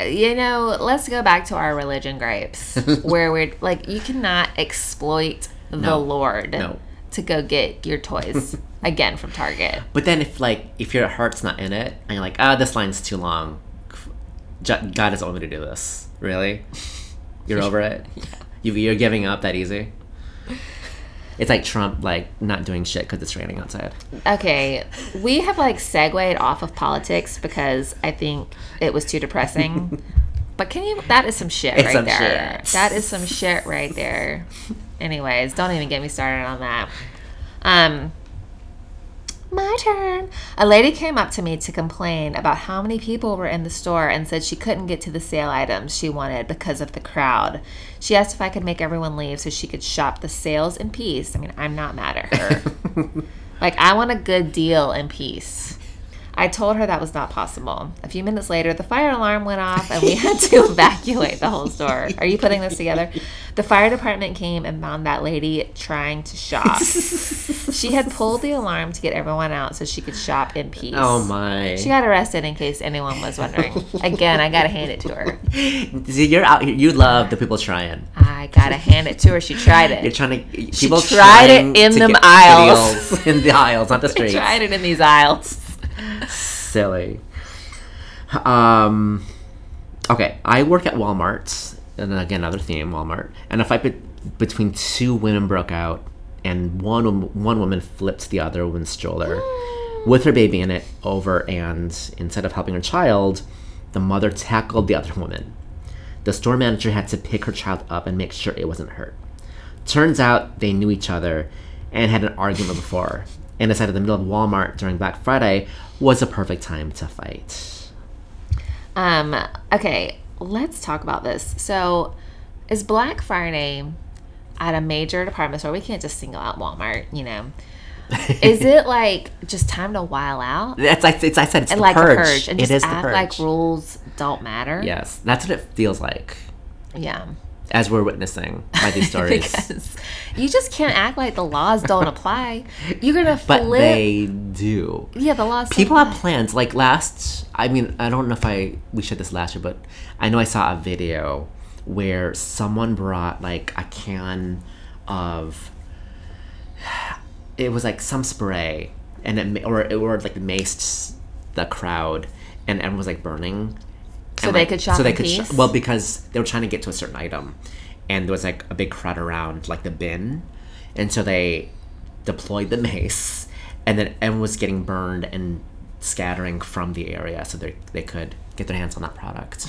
Speaker 1: uh, you know let's go back to our religion gripes where we're like you cannot exploit the
Speaker 2: No.
Speaker 1: lord
Speaker 2: No.
Speaker 1: to go get your toys again from target
Speaker 2: But then if like if your heart's not in it and you're like, ah, this line's too long. J- God has told me to do this. Really? You're over it? You, you're giving up that easy? It's like Trump, like not doing shit because it's raining outside.
Speaker 1: okay we have like segued off of politics because i think it was too depressing but can you that is some shit
Speaker 2: It's
Speaker 1: right
Speaker 2: some
Speaker 1: there
Speaker 2: shit.
Speaker 1: that is some shit right there Anyways, don't even get me started on that. Um, my turn. A lady came up to me to complain about how many people were in the store and said she couldn't get to the sale items she wanted because of the crowd. She asked if I could make everyone leave so she could shop the sales in peace. I mean, I'm not mad at her. like, I want a good deal in peace. I told her that was not possible. A few minutes later, the fire alarm went off and we had to evacuate the whole store. Are you putting this together? The fire department came and found that lady trying to shop. she had pulled the alarm to get everyone out so she could shop in peace.
Speaker 2: Oh my.
Speaker 1: She got arrested in case anyone was wondering. Again, I gotta hand it to her.
Speaker 2: See, you're out here. You love the people trying.
Speaker 1: I gotta hand it to her. She tried
Speaker 2: You're
Speaker 1: it.
Speaker 2: trying to. People
Speaker 1: tried it
Speaker 2: trying
Speaker 1: in
Speaker 2: to
Speaker 1: them
Speaker 2: get- to the
Speaker 1: aisles.
Speaker 2: aisles, in the aisles, not the
Speaker 1: She
Speaker 2: streets.
Speaker 1: tried it in these aisles.
Speaker 2: Silly. Um. Okay, I work at Walmart, and again, another theme Walmart. And a fight be- between two women broke out, and one wom- one woman flipped the other woman's stroller with her baby in it over, and instead of helping her child, the mother tackled the other woman. The store manager had to pick her child up and make sure it wasn't hurt. Turns out they knew each other and had an argument before, and decided the middle of Walmart during Black Friday was a perfect time to fight.
Speaker 1: Um, okay, let's talk about this. So, is Black Friday at a major department store? We can't just single out Walmart, you know. Is it like just time to while out?
Speaker 2: That's like it's, I said it's the
Speaker 1: like
Speaker 2: purge.
Speaker 1: a purge and just
Speaker 2: it is
Speaker 1: act
Speaker 2: the purge.
Speaker 1: like rules don't matter.
Speaker 2: yes, that's what it feels like
Speaker 1: Yeah.
Speaker 2: as we're witnessing by these stories.
Speaker 1: because you just can't act like the laws don't apply. You're gonna flip.
Speaker 2: but they do.
Speaker 1: yeah, the laws.
Speaker 2: People
Speaker 1: don't
Speaker 2: have plans. Like last, I mean, I don't know if I we shared this last year, but I know I saw a video where someone brought like a can of it was like some spray, and it ma- or or like maced the crowd, and everyone was like burning. So
Speaker 1: they could shop
Speaker 2: So they
Speaker 1: in
Speaker 2: could sho-
Speaker 1: peace?
Speaker 2: well because they were trying to get to a certain item, and there was like a big crowd around like the bin, and so they deployed the mace, and then everyone was getting burned and scattering from the area, so they they could get their hands on that product.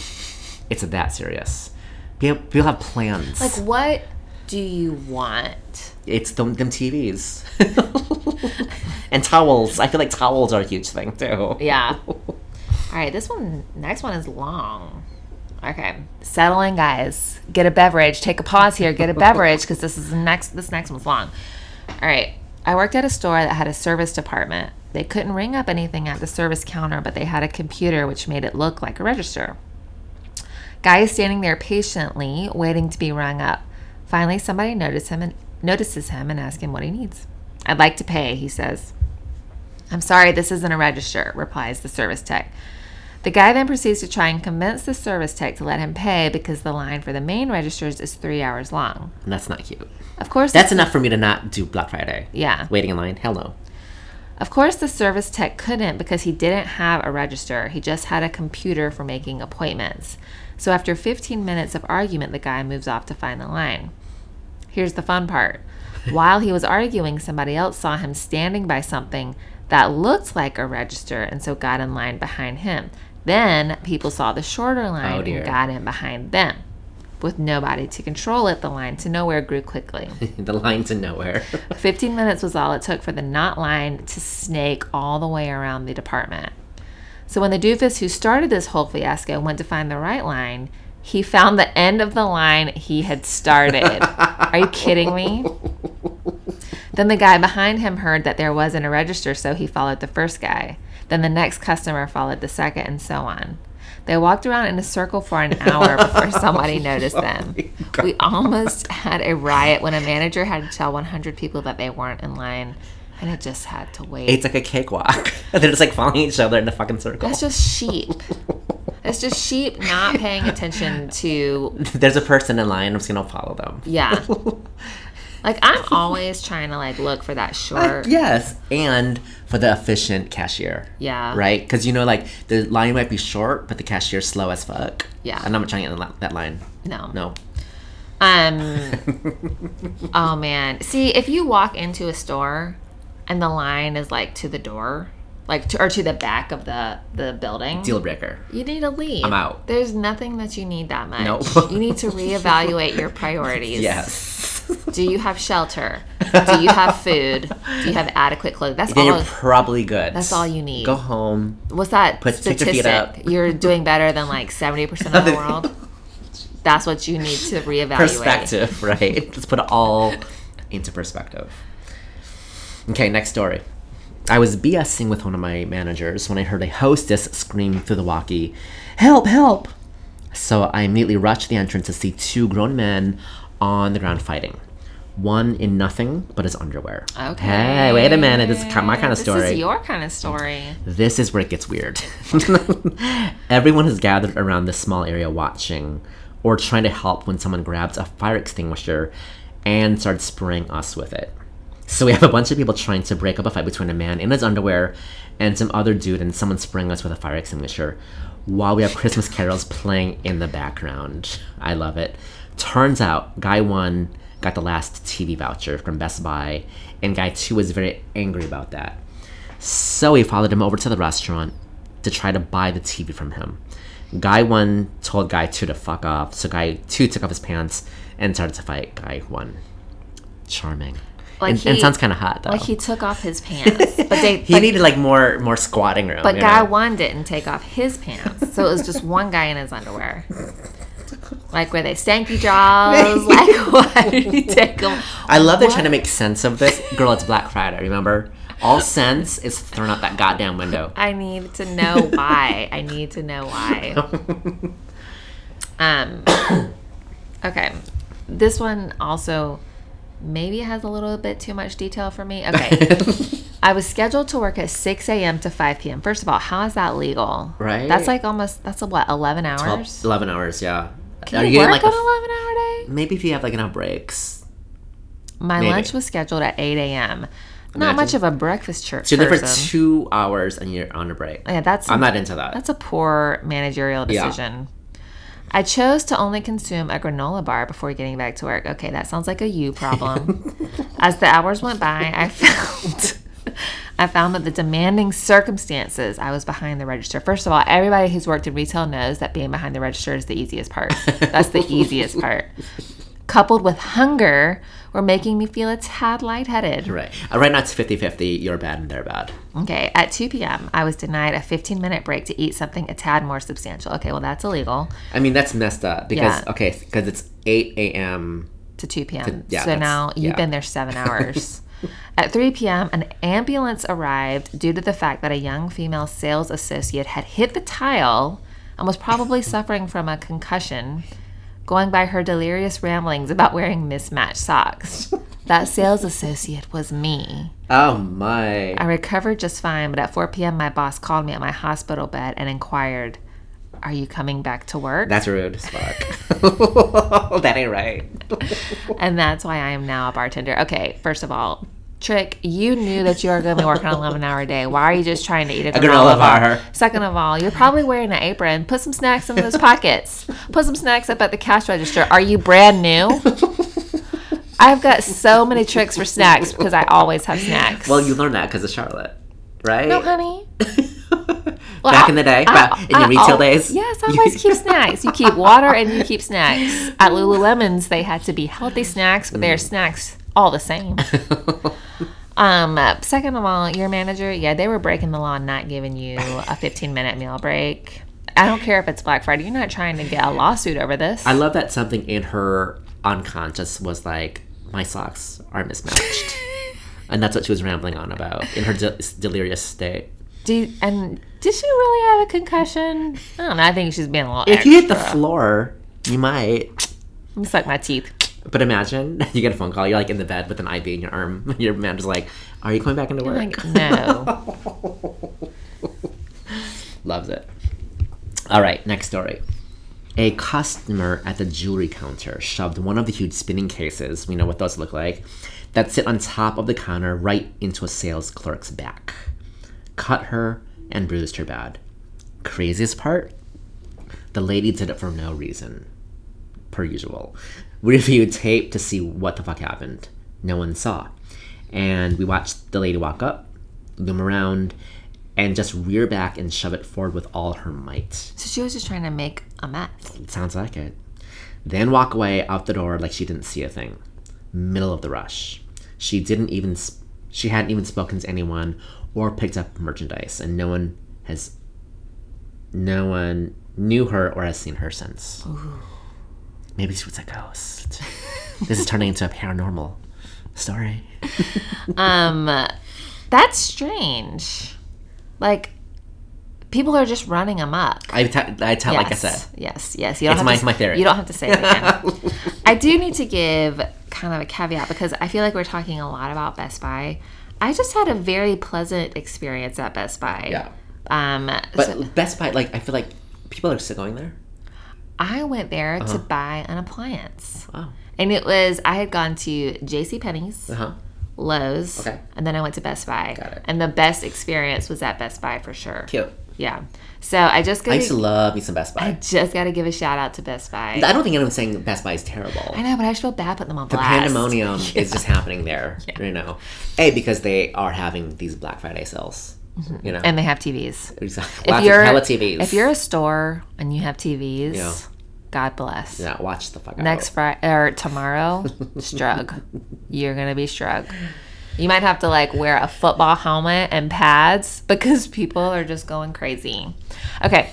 Speaker 2: It's that serious. People, people have plans.
Speaker 1: like what do you want?
Speaker 2: it's them, them TVs and towels. I feel like towels are a huge thing too.
Speaker 1: Yeah. All right, this one, next one is long. Okay, settle in, guys. Get a beverage. Take a pause here. Get a beverage because this is the next. This next one's long. All right. I worked at a store that had a service department. They couldn't ring up anything at the service counter, but they had a computer which made it look like a register. Guy is standing there patiently waiting to be rung up. Finally, somebody notices him and notices him and asks him what he needs. I'd like to pay, he says. I'm sorry, this isn't a register, replies the service tech. The guy then proceeds to try and convince the service tech to let him pay because the line for the main registers is three hours long.
Speaker 2: And that's not cute.
Speaker 1: Of course,
Speaker 2: That's enough for me to not do Black Friday.
Speaker 1: yeah.
Speaker 2: Waiting in line. Hell no.
Speaker 1: Of course, the service tech couldn't because he didn't have a register. He just had a computer for making appointments. So after 15 minutes of argument, the guy moves off to find the line. Here's the fun part. While he was arguing, somebody else saw him standing by something that looked like a register and so got in line behind him. Then people saw the shorter
Speaker 2: Oh,
Speaker 1: line
Speaker 2: dear.
Speaker 1: and got in behind them. With nobody to control it, the line to nowhere grew quickly.
Speaker 2: the line to nowhere.
Speaker 1: 15 minutes was all it took for the knot line to snake all the way around the department. So when the doofus who started this whole fiasco went to find the right line, he found the end of the line he had started. Are you kidding me? Then the guy behind him heard that there wasn't a register, so he followed the first guy. Then the next customer followed the second, and so on. They walked around in a circle for an hour before somebody noticed them. We almost had a riot when a manager had to tell 100 people that they weren't in line, and it just had to wait.
Speaker 2: It's like a cakewalk. They're just like following each other in a fucking circle.
Speaker 1: That's just sheep. It's just sheep not paying attention to,
Speaker 2: There's a person in line. I'm just gonna follow them.
Speaker 1: yeah. Like, I'm always trying to, like, look for that short.
Speaker 2: Yes, and for the efficient cashier.
Speaker 1: Yeah.
Speaker 2: Right? Because you know, like the line might be short, but the cashier's slow as fuck.
Speaker 1: Yeah.
Speaker 2: And I'm not trying to get in li- that line. No.
Speaker 1: Um. oh man. See, if you walk into a store and the line is like to the door, like to, or to the back of the the building,
Speaker 2: Deal breaker.
Speaker 1: you need to leave.
Speaker 2: I'm out.
Speaker 1: There's nothing that you need that much.
Speaker 2: Nope.
Speaker 1: you need to reevaluate your priorities.
Speaker 2: Yes.
Speaker 1: Do you have shelter? Do you have food? Do you have adequate clothing? That's
Speaker 2: Then
Speaker 1: all.
Speaker 2: you're probably good.
Speaker 1: That's all you need.
Speaker 2: Go home.
Speaker 1: What's that
Speaker 2: Put- stick your
Speaker 1: statistic?
Speaker 2: feet up.
Speaker 1: You're doing better than like seventy percent of the world. That's what you need to reevaluate.
Speaker 2: Perspective, right? Let's put it all into perspective. Okay, next story. I was BSing with one of my managers when I heard a hostess scream through the walkie, Help, help! So I immediately rushed the entrance to see two grown men on the ground fighting. One in nothing but his underwear.
Speaker 1: Okay.
Speaker 2: Hey, wait a minute. This is ki- my kind of story. Oh.
Speaker 1: This is your kind of story.
Speaker 2: This is where it gets weird. Everyone has gathered around this small area watching or trying to help when someone grabs a fire extinguisher and starts spraying us with it. So we have a bunch of people trying to break up a fight between a man in his underwear and some other dude and someone spraying us with a fire extinguisher while we have Christmas carols playing in the background. I love it. Turns out guy 1 got the last TV voucher from Best Buy and guy 2 was very angry about that. So we followed him over to the restaurant to try to buy the TV from him. Guy 1 told Guy 2 to fuck off, so Guy 2 took off his pants and started to fight Guy 1. Charming.
Speaker 1: Like
Speaker 2: and, and
Speaker 1: he-
Speaker 2: sounds kind of hot, though.
Speaker 1: Like he took off his pants, but they.
Speaker 2: he
Speaker 1: but,
Speaker 2: needed, like, more more squatting room.
Speaker 1: but
Speaker 2: you
Speaker 1: guy
Speaker 2: know?
Speaker 1: one didn't take off his pants, so it was just one guy in his underwear. Like were they stanky jaws? like why did he take them?
Speaker 2: I love they're trying to make sense of this. Girl, it's Black Friday, remember? All sense is thrown out that goddamn window.
Speaker 1: I need to know why. I need to know why. Um. Okay, this one also maybe has a little bit too much detail for me. Okay. I was scheduled to work at 6 a.m. to 5 p.m. First of all, how is that legal?
Speaker 2: Right.
Speaker 1: That's like almost, that's a, what, 11
Speaker 2: Well,
Speaker 1: hours?
Speaker 2: 11 hours, yeah.
Speaker 1: Can you
Speaker 2: getting,
Speaker 1: work
Speaker 2: a
Speaker 1: on 11
Speaker 2: f-
Speaker 1: hour day?
Speaker 2: Maybe if you have, like, enough breaks.
Speaker 1: My
Speaker 2: Maybe.
Speaker 1: lunch was scheduled at 8 a.m. Not
Speaker 2: Imagine.
Speaker 1: much of a breakfast church
Speaker 2: So you're there for
Speaker 1: person.
Speaker 2: two hours and you're on a break.
Speaker 1: yeah, that's
Speaker 2: I'm not into that.
Speaker 1: that's a poor managerial
Speaker 2: Yeah.
Speaker 1: decision. I chose to only consume a granola bar before getting back to work. Okay, that sounds like a you problem. As the hours went by, I found I found that the demanding circumstances I was behind the register. First of all, everybody who's worked in retail knows that being behind the register is the easiest part. That's the easiest part. Coupled with hunger were making me feel a tad lightheaded.
Speaker 2: Right. Uh, right now it's 50 50. You're bad and they're bad.
Speaker 1: Okay, at 2 p.m., I was denied a 15 minute break to eat something a tad more substantial. Okay, well, that's illegal
Speaker 2: I mean, that's messed up because,
Speaker 1: Yeah.
Speaker 2: okay, because it's 8 a.m.
Speaker 1: to 2 p.m.
Speaker 2: yeah,
Speaker 1: so
Speaker 2: that's-
Speaker 1: now you've
Speaker 2: yeah.
Speaker 1: been there seven hours. at 3 p.m., an ambulance arrived due to the fact that a young female sales associate had hit the tile and was probably suffering from a concussion, going by her delirious ramblings about wearing mismatched socks. That sales associate was me.
Speaker 2: Oh my.
Speaker 1: I recovered just fine, but at 4 p.m., my boss called me at my hospital bed and inquired, Are you coming back to work?
Speaker 2: That's rude as fuck. that ain't right.
Speaker 1: and that's why I am now a bartender. Okay, first of all, Trick, you knew that you were going to be working an 11 hour day. Why are you just trying to eat a granola
Speaker 2: granola
Speaker 1: bar?
Speaker 2: bar.
Speaker 1: Second of all, you're probably wearing an apron. Put some snacks in those pockets. Put some snacks up at the cash register. Are you brand new? I've got so many tricks for snacks because I always have snacks.
Speaker 2: Well, you learned that because of Charlotte, right?
Speaker 1: no, honey.
Speaker 2: Back
Speaker 1: I-
Speaker 2: in the
Speaker 1: I-
Speaker 2: day, back in your
Speaker 1: I
Speaker 2: retail
Speaker 1: al-
Speaker 2: days.
Speaker 1: Ah, oh, Yes, I always keep snacks. You keep water and you keep snacks. At Lululemon's, they had to be healthy snacks, but
Speaker 2: Mm.
Speaker 1: they're snacks all the same. Um, uh, second of all, your manager, yeah, they were breaking the law, not giving you a 15 minute meal break. I don't care if it's Black Friday. You're not trying to get a lawsuit over this.
Speaker 2: I love that something in her unconscious was like, my socks are mismatched. and that's what she was rambling on about in her de- delirious state.
Speaker 1: Do, and did she really have a concussion? I don't know. I think she's being a little.
Speaker 2: If you hit the floor, you might.
Speaker 1: I'm suck my teeth.
Speaker 2: But imagine you get a phone call, you're like in the bed with an IV in your arm. Your manager's like, Are you coming back into work?
Speaker 1: Like no.
Speaker 2: Loves it. All right, next story. A customer at the jewelry counter shoved one of the huge spinning cases, we know what those look like, that sit on top of the counter right into a sales clerk's back. Cut her and bruised her bad. Craziest part? The lady did it for no reason. Per usual. We reviewed tape to see what the fuck happened. No one saw. And we watched the lady walk up, loom around, and just rear back and shove it forward with all her might.
Speaker 1: so she was just trying to make a mess.
Speaker 2: Sounds like it. Then walk away out the door like she didn't see a thing. middle of the rush. She didn't even sp- she hadn't even spoken to anyone or picked up merchandise, and no one has no one knew her or has seen her since. Maybe she was a ghost. this is turning into a paranormal story.
Speaker 1: Um, that's strange. Like, people are just running them up.
Speaker 2: I te- I tell like I said.
Speaker 1: Yes, yes. You don't
Speaker 2: It's
Speaker 1: have
Speaker 2: my-
Speaker 1: to,
Speaker 2: my theory.
Speaker 1: You don't have to say it again. I do need to give kind of a caveat because I feel like we're talking a lot about Best Buy. I just had a very pleasant experience at Best Buy.
Speaker 2: Yeah.
Speaker 1: Um,
Speaker 2: But
Speaker 1: so
Speaker 2: Best Buy, like I feel like people are still going there.
Speaker 1: I went there
Speaker 2: Uh-huh.
Speaker 1: to buy an appliance.
Speaker 2: Wow.
Speaker 1: And it was, I had gone to JCPenney's,
Speaker 2: Oh. Uh huh.
Speaker 1: Lowe's,
Speaker 2: Okay.
Speaker 1: and then I went to Best Buy.
Speaker 2: Got it.
Speaker 1: And the best experience was at Best Buy for sure.
Speaker 2: Cute.
Speaker 1: Yeah. So I just got
Speaker 2: I used to
Speaker 1: to,
Speaker 2: love me some Best
Speaker 1: I
Speaker 2: Buy.
Speaker 1: just got to give a shout out to Best Buy.
Speaker 2: I don't think anyone's saying Best Buy is terrible.
Speaker 1: I know, but I just feel bad putting them on
Speaker 2: The
Speaker 1: blast.
Speaker 2: pandemonium is just happening there, you know. A because they are having these Black Friday sales, you know.
Speaker 1: Mm-hmm. And they have TVs.
Speaker 2: exactly.
Speaker 1: If
Speaker 2: Lots
Speaker 1: you're,
Speaker 2: of hella TVs.
Speaker 1: if you're a store and you have TVs,
Speaker 2: Yeah.
Speaker 1: God bless.
Speaker 2: yeah, watch the fuck
Speaker 1: Next
Speaker 2: out.
Speaker 1: Friday or tomorrow, strug. You're gonna be strug. You might have to like wear a football helmet and pads because people are just going crazy. Okay.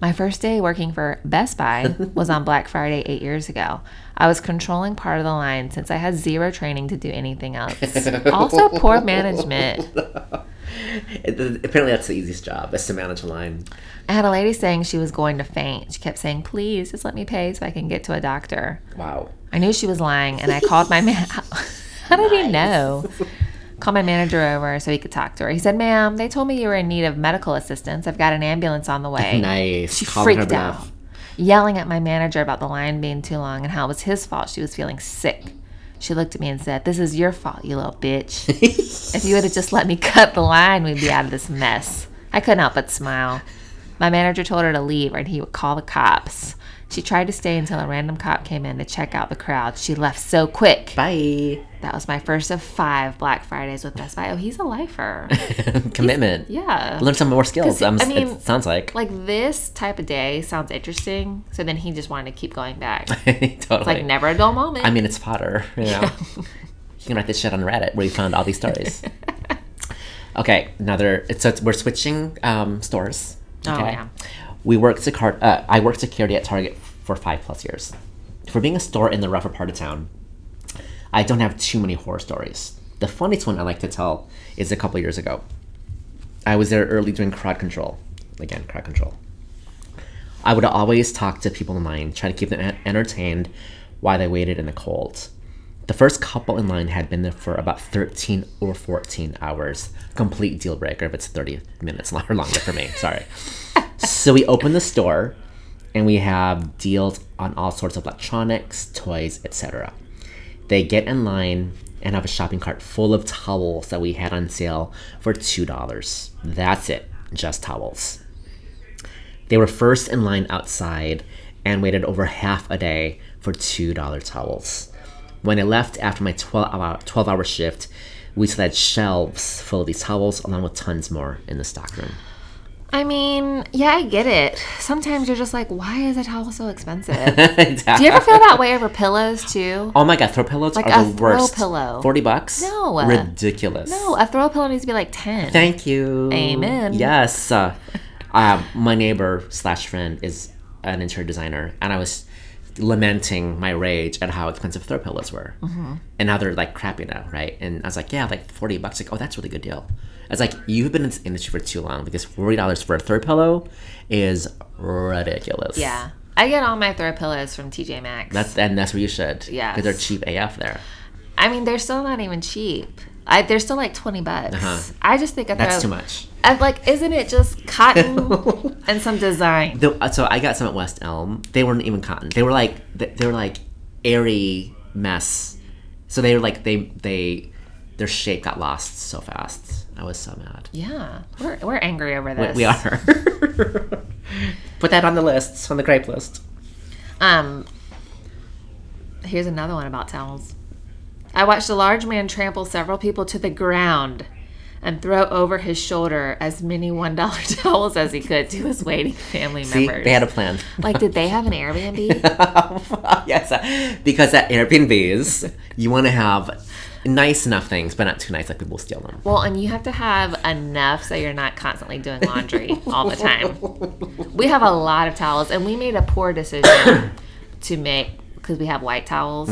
Speaker 1: My first day working for Best Buy was on Black Friday eight years ago. I was controlling part of the line since I had zero training to do anything else. Also, poor management.
Speaker 2: It- apparently, that's the easiest job is to manage a line.
Speaker 1: I had a lady saying she was going to faint. She kept saying, please, just let me pay so I can get to a doctor.
Speaker 2: Wow.
Speaker 1: I knew she was lying, and I called my man. How did he know? Called my manager over so he could talk to her. He said, "Ma'am, they told me you were in need of medical assistance. I've got an ambulance on the way."
Speaker 2: Nice.
Speaker 1: She
Speaker 2: Calling her
Speaker 1: freaked out,
Speaker 2: bluff.
Speaker 1: yelling at my manager about the line being too long and how it was his fault. She was feeling sick. She looked at me and said, "This is your fault, you little bitch. if you would have just let me cut the line, we'd be out of this mess." I couldn't help but smile. My manager told her to leave or he would call the cops. She tried to stay until a random cop came in to check out the crowd. She left so quick.
Speaker 2: Bye.
Speaker 1: That was my first of five Black Fridays with Best Buy. Oh, he's a lifer.
Speaker 2: Commitment.
Speaker 1: Yeah.
Speaker 2: Learn some more skills.
Speaker 1: 'Cause,
Speaker 2: Um,
Speaker 1: I mean-
Speaker 2: it sounds like.
Speaker 1: Like this type of day sounds interesting. So then he just wanted to keep going back. It's
Speaker 2: totally.
Speaker 1: like never a dull moment.
Speaker 2: I mean, it's fodder, you know. you can write this shit on Reddit where you found all these stories. okay, another. it's- So it's, we're switching um, stores.
Speaker 1: Oh,
Speaker 2: Okay?
Speaker 1: yeah.
Speaker 2: We worked security. Uh, I worked security at Target for five plus years. For being a store in the rougher part of town, I don't have too many horror stories. The funniest one I like to tell is a couple years ago. I was there early doing crowd control. Again, crowd control. I would always talk to people in line, try to keep them en- entertained while they waited in the cold. The first couple in line had been there for about 13 or 14 hours. Complete deal breaker if it's 30 minutes or longer for me. Sorry. so we open the store and we have deals on all sorts of electronics, toys, etc. They get in line and have a shopping cart full of towels that we had on sale for $2. That's it, just towels. They were first in line outside and waited over half a day for $2 towels. When I left after my 12 hour, 12 hour shift, we still had shelves full of these towels along with tons more in the stockroom.
Speaker 1: I mean, yeah, I get it. Sometimes you're just like, why is a towel so expensive? Do you ever feel that way over pillows too?
Speaker 2: Oh my god, throw pillows
Speaker 1: Like
Speaker 2: are
Speaker 1: a
Speaker 2: the
Speaker 1: throw
Speaker 2: worst.
Speaker 1: pillow.
Speaker 2: 40 bucks?
Speaker 1: No.
Speaker 2: Ridiculous.
Speaker 1: No, Oh, a throw pillow needs to be like ten.
Speaker 2: Thank you.
Speaker 1: Amen.
Speaker 2: Yes. Uh, uh, my neighbor slash friend is an interior designer, and I was lamenting my rage at how expensive throw pillows were,
Speaker 1: Mm-hmm.
Speaker 2: and now they're like crappy now, right? And I was like, yeah, like forty bucks. Like, oh, that's a really good deal. I was like, you've been in this industry for too long because forty dollars for a throw pillow is ridiculous.
Speaker 1: yeah, I get all my throw pillows from TJ Maxx.
Speaker 2: That's and that's where you should.
Speaker 1: Yes.
Speaker 2: Because they're cheap AF there.
Speaker 1: I mean, they're still not even cheap. I, they're still like twenty bucks. I just think a throw.
Speaker 2: Uh-huh. That's too much.
Speaker 1: i like, isn't it just cotton and some design?
Speaker 2: The, uh, so I got some at West Elm. They weren't even cotton. They were like th- they were like airy mess. So they were like they they their shape got lost so fast. I was so mad.
Speaker 1: Yeah, we're, we're angry over
Speaker 2: We-
Speaker 1: this.
Speaker 2: We are. Put that on the list on the grape list.
Speaker 1: Um, here's another one about towels. I watched a large man trample several people to the ground. and throw over his shoulder as many one dollar towels as he could to his waiting family
Speaker 2: See,
Speaker 1: members.
Speaker 2: they had a plan.
Speaker 1: like, did they have an Airbnb?
Speaker 2: yes, uh, because at Airbnbs, you want to have nice enough things, but not too nice, like people will steal them.
Speaker 1: well, and you have to have enough so you're not constantly doing laundry all the time. We have a lot of towels, and we made a poor decision to make because we have white towels.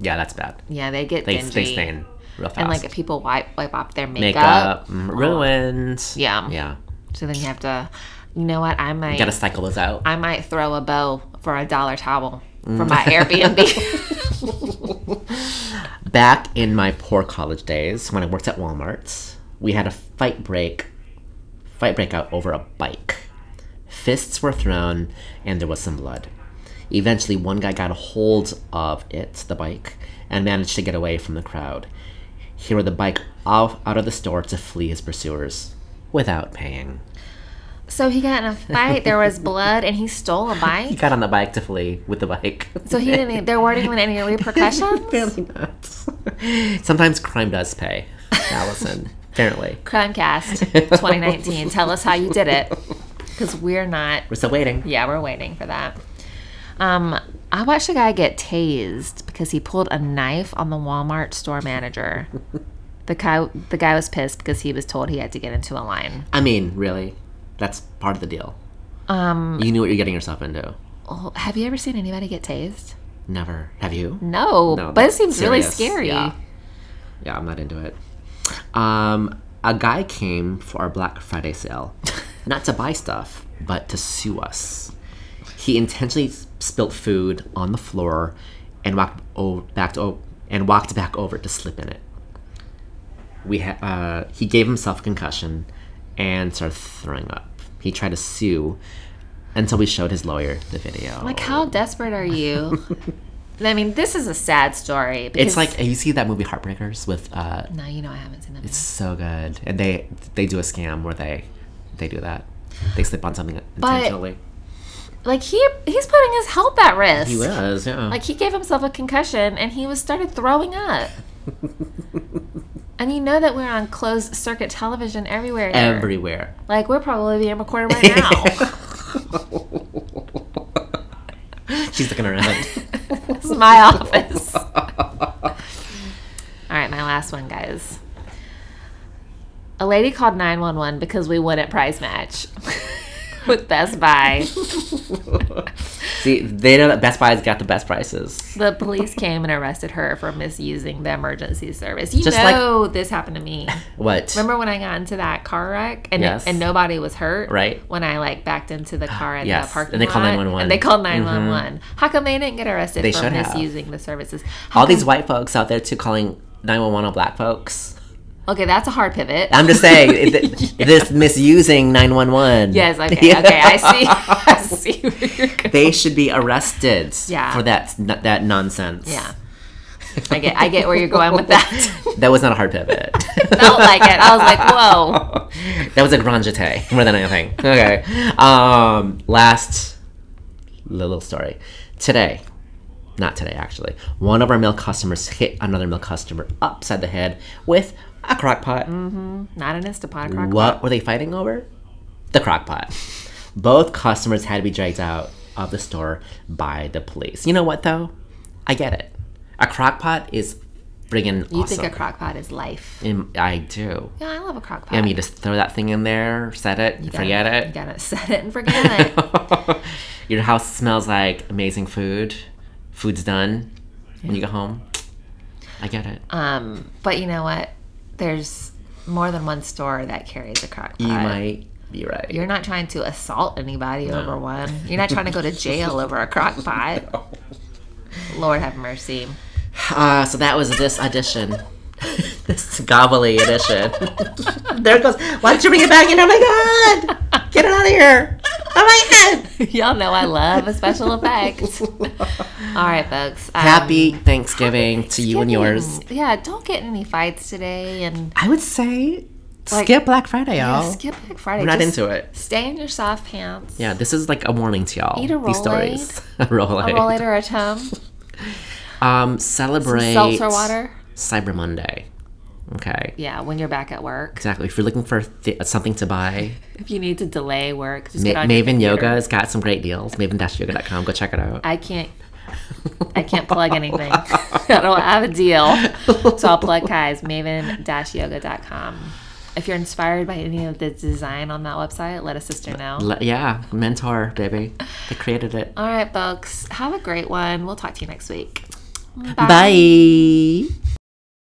Speaker 2: Yeah, that's bad.
Speaker 1: Yeah, they get
Speaker 2: Mm-hmm. They,
Speaker 1: dingy.
Speaker 2: they stain real fast.
Speaker 1: and like if people wipe wipe off their makeup, Oh.
Speaker 2: Makeup, mm, ruined.
Speaker 1: Yeah.
Speaker 2: Yeah.
Speaker 1: so then you have to. You know what? I might.
Speaker 2: Gotta cycle those out.
Speaker 1: I might throw a bow for a dollar towel for my Airbnb.
Speaker 2: Back in my poor college days, when I worked at Walmart, we had a fight break, fight breakout over a bike. Fists were thrown, and there was some blood. Eventually, one guy got a hold of it, the bike, and managed to get away from the crowd. He rode the bike off out of the store to flee his pursuers without paying.
Speaker 1: so he got in a fight. There was blood, and he stole a
Speaker 2: He
Speaker 1: bike.
Speaker 2: got on the bike to flee with the bike.
Speaker 1: So he didn't. e, There weren't even any repercussions.
Speaker 2: Apparently not. Sometimes crime does pay, Allison. Apparently.
Speaker 1: Crimecast 2019. Tell us how you did it, because we're not.
Speaker 2: We're still waiting.
Speaker 1: Yeah, we're waiting for that. Um, I watched a guy get tased because he pulled a knife on the Walmart store manager. The guy, the guy was pissed because he was told he had to get into a line.
Speaker 2: I mean, really, that's part of the deal.
Speaker 1: Um,
Speaker 2: You knew what you're getting yourself into.
Speaker 1: oh, have you ever seen anybody get tased?
Speaker 2: Never have you?
Speaker 1: No,
Speaker 2: No,
Speaker 1: but it
Speaker 2: that's
Speaker 1: seems really
Speaker 2: serious.
Speaker 1: scary.
Speaker 2: Yeah. Yeah, I'm not into it. Um, a guy came for our Black Friday sale, not to buy stuff, but to sue us. He intentionally s- spilt food on the floor, and walked o- back to o- and walked back over to slip in it. We ha- uh, he gave himself a concussion, and started throwing up. He tried to sue until we showed his lawyer the video.
Speaker 1: Like, how desperate are you? I mean, this is a sad story. Because,
Speaker 2: It's like you see that movie Heartbreakers with uh
Speaker 1: no, you know, I haven't seen that. movie.
Speaker 2: so good. And they they do a scam where they they do that. They slip on something
Speaker 1: But-
Speaker 2: intentionally.
Speaker 1: Like he he's putting his health at risk.
Speaker 2: he was, yeah.
Speaker 1: Like he gave himself a concussion and he was started throwing up. and you know that we're on closed circuit television everywhere. here.
Speaker 2: everywhere.
Speaker 1: like we're probably being recorded right now.
Speaker 2: She's looking around.
Speaker 1: this is my office. All right, my last one, guys. A lady called 911 because we won at prize match with Best Buy.
Speaker 2: see, they know that Best Buy's got the best prices.
Speaker 1: The police came and arrested her for misusing the emergency service. You
Speaker 2: Just like-
Speaker 1: know this happened to me.
Speaker 2: What?
Speaker 1: Remember when I got into that car wreck and
Speaker 2: Yes.
Speaker 1: and nobody was hurt?
Speaker 2: Right.
Speaker 1: When I like backed into the car at
Speaker 2: Yes,
Speaker 1: the parking
Speaker 2: and they
Speaker 1: lot.
Speaker 2: called 911.
Speaker 1: And they called 911. How come they didn't get arrested
Speaker 2: Mm-hmm. They
Speaker 1: for
Speaker 2: should have.
Speaker 1: misusing the services? How
Speaker 2: All
Speaker 1: come-
Speaker 2: these white folks out there too calling 911 on black folks.
Speaker 1: Okay, that's a hard pivot.
Speaker 2: I'm just saying, it- this misusing 911.
Speaker 1: yes, okay,
Speaker 2: Yeah.
Speaker 1: okay. I see. I see where you're going.
Speaker 2: They should be arrested
Speaker 1: Yeah.
Speaker 2: for that that nonsense.
Speaker 1: Yeah. I get I get where you're going with that.
Speaker 2: That was not a hard pivot.
Speaker 1: Felt like it. I was like, whoa.
Speaker 2: that was a grand jete more than anything. Okay. Um, last little story. Today, not today actually, one of our male customers hit another male customer upside the head with a crock pot.
Speaker 1: Not an Instapod crock.
Speaker 2: What were they fighting over? The crock pot. Both customers had to be dragged out of the store by the police. You know what though? I get it. A crock pot is friggin'
Speaker 1: You
Speaker 2: awesome.
Speaker 1: think a crock pot is life.
Speaker 2: Um, I do.
Speaker 1: Yeah, I love a crock pot.
Speaker 2: I mean, you just throw that thing in there, set it, you forget
Speaker 1: You
Speaker 2: it.
Speaker 1: gotta set it and forget it.
Speaker 2: Your house smells like amazing food. Food's done. When you go home, I get it.
Speaker 1: Um, but you know what? There's more than one store that carries a crock pot.
Speaker 2: you might be right.
Speaker 1: You're not trying to assault anybody over one. You're not trying to go to jail over a crock pot.
Speaker 2: Oh.
Speaker 1: Lord have mercy.
Speaker 2: Uh, so that was this edition. this gobbly edition. there it goes. Why don't you bring it back in? Oh my god! Get it out of here! Oh my god!
Speaker 1: Y'all know I love a special effect. All right, folks. Um,
Speaker 2: Happy Thanksgiving to you and yours.
Speaker 1: Thanksgiving. Yeah, don't get in any fights today and
Speaker 2: I would say
Speaker 1: Like-
Speaker 2: skip Black Friday, y'all.
Speaker 1: skip Black Friday.
Speaker 2: Oh, We're not
Speaker 1: Just
Speaker 2: into it.
Speaker 1: Stay in your soft pants.
Speaker 2: Yeah, this is like a warning to y'all.
Speaker 1: Eat a
Speaker 2: These
Speaker 1: Rolade.
Speaker 2: stories. a Rolade.
Speaker 1: A roll later at home.
Speaker 2: Um, celebrate
Speaker 1: Seltzer water.
Speaker 2: Cyber Monday. Okay.
Speaker 1: Yeah, when you're back at work.
Speaker 2: Exactly. If you're looking for th- something to buy,
Speaker 1: If you need to delay work, just get
Speaker 2: Ma-
Speaker 1: on your
Speaker 2: Maven
Speaker 1: computer.
Speaker 2: Yoga has got some great deals. Maven-yoga.com. Go check it out.
Speaker 1: I can't. I can't plug anything. I don't have a deal. So I'll plug Kai's maven-yoga.com. If you're inspired by any of the design on that website, let a sister know.
Speaker 2: Le- yeah, mentor, baby. They created it.
Speaker 1: All right, folks. Have a great one. We'll talk to you next week.
Speaker 2: Bye.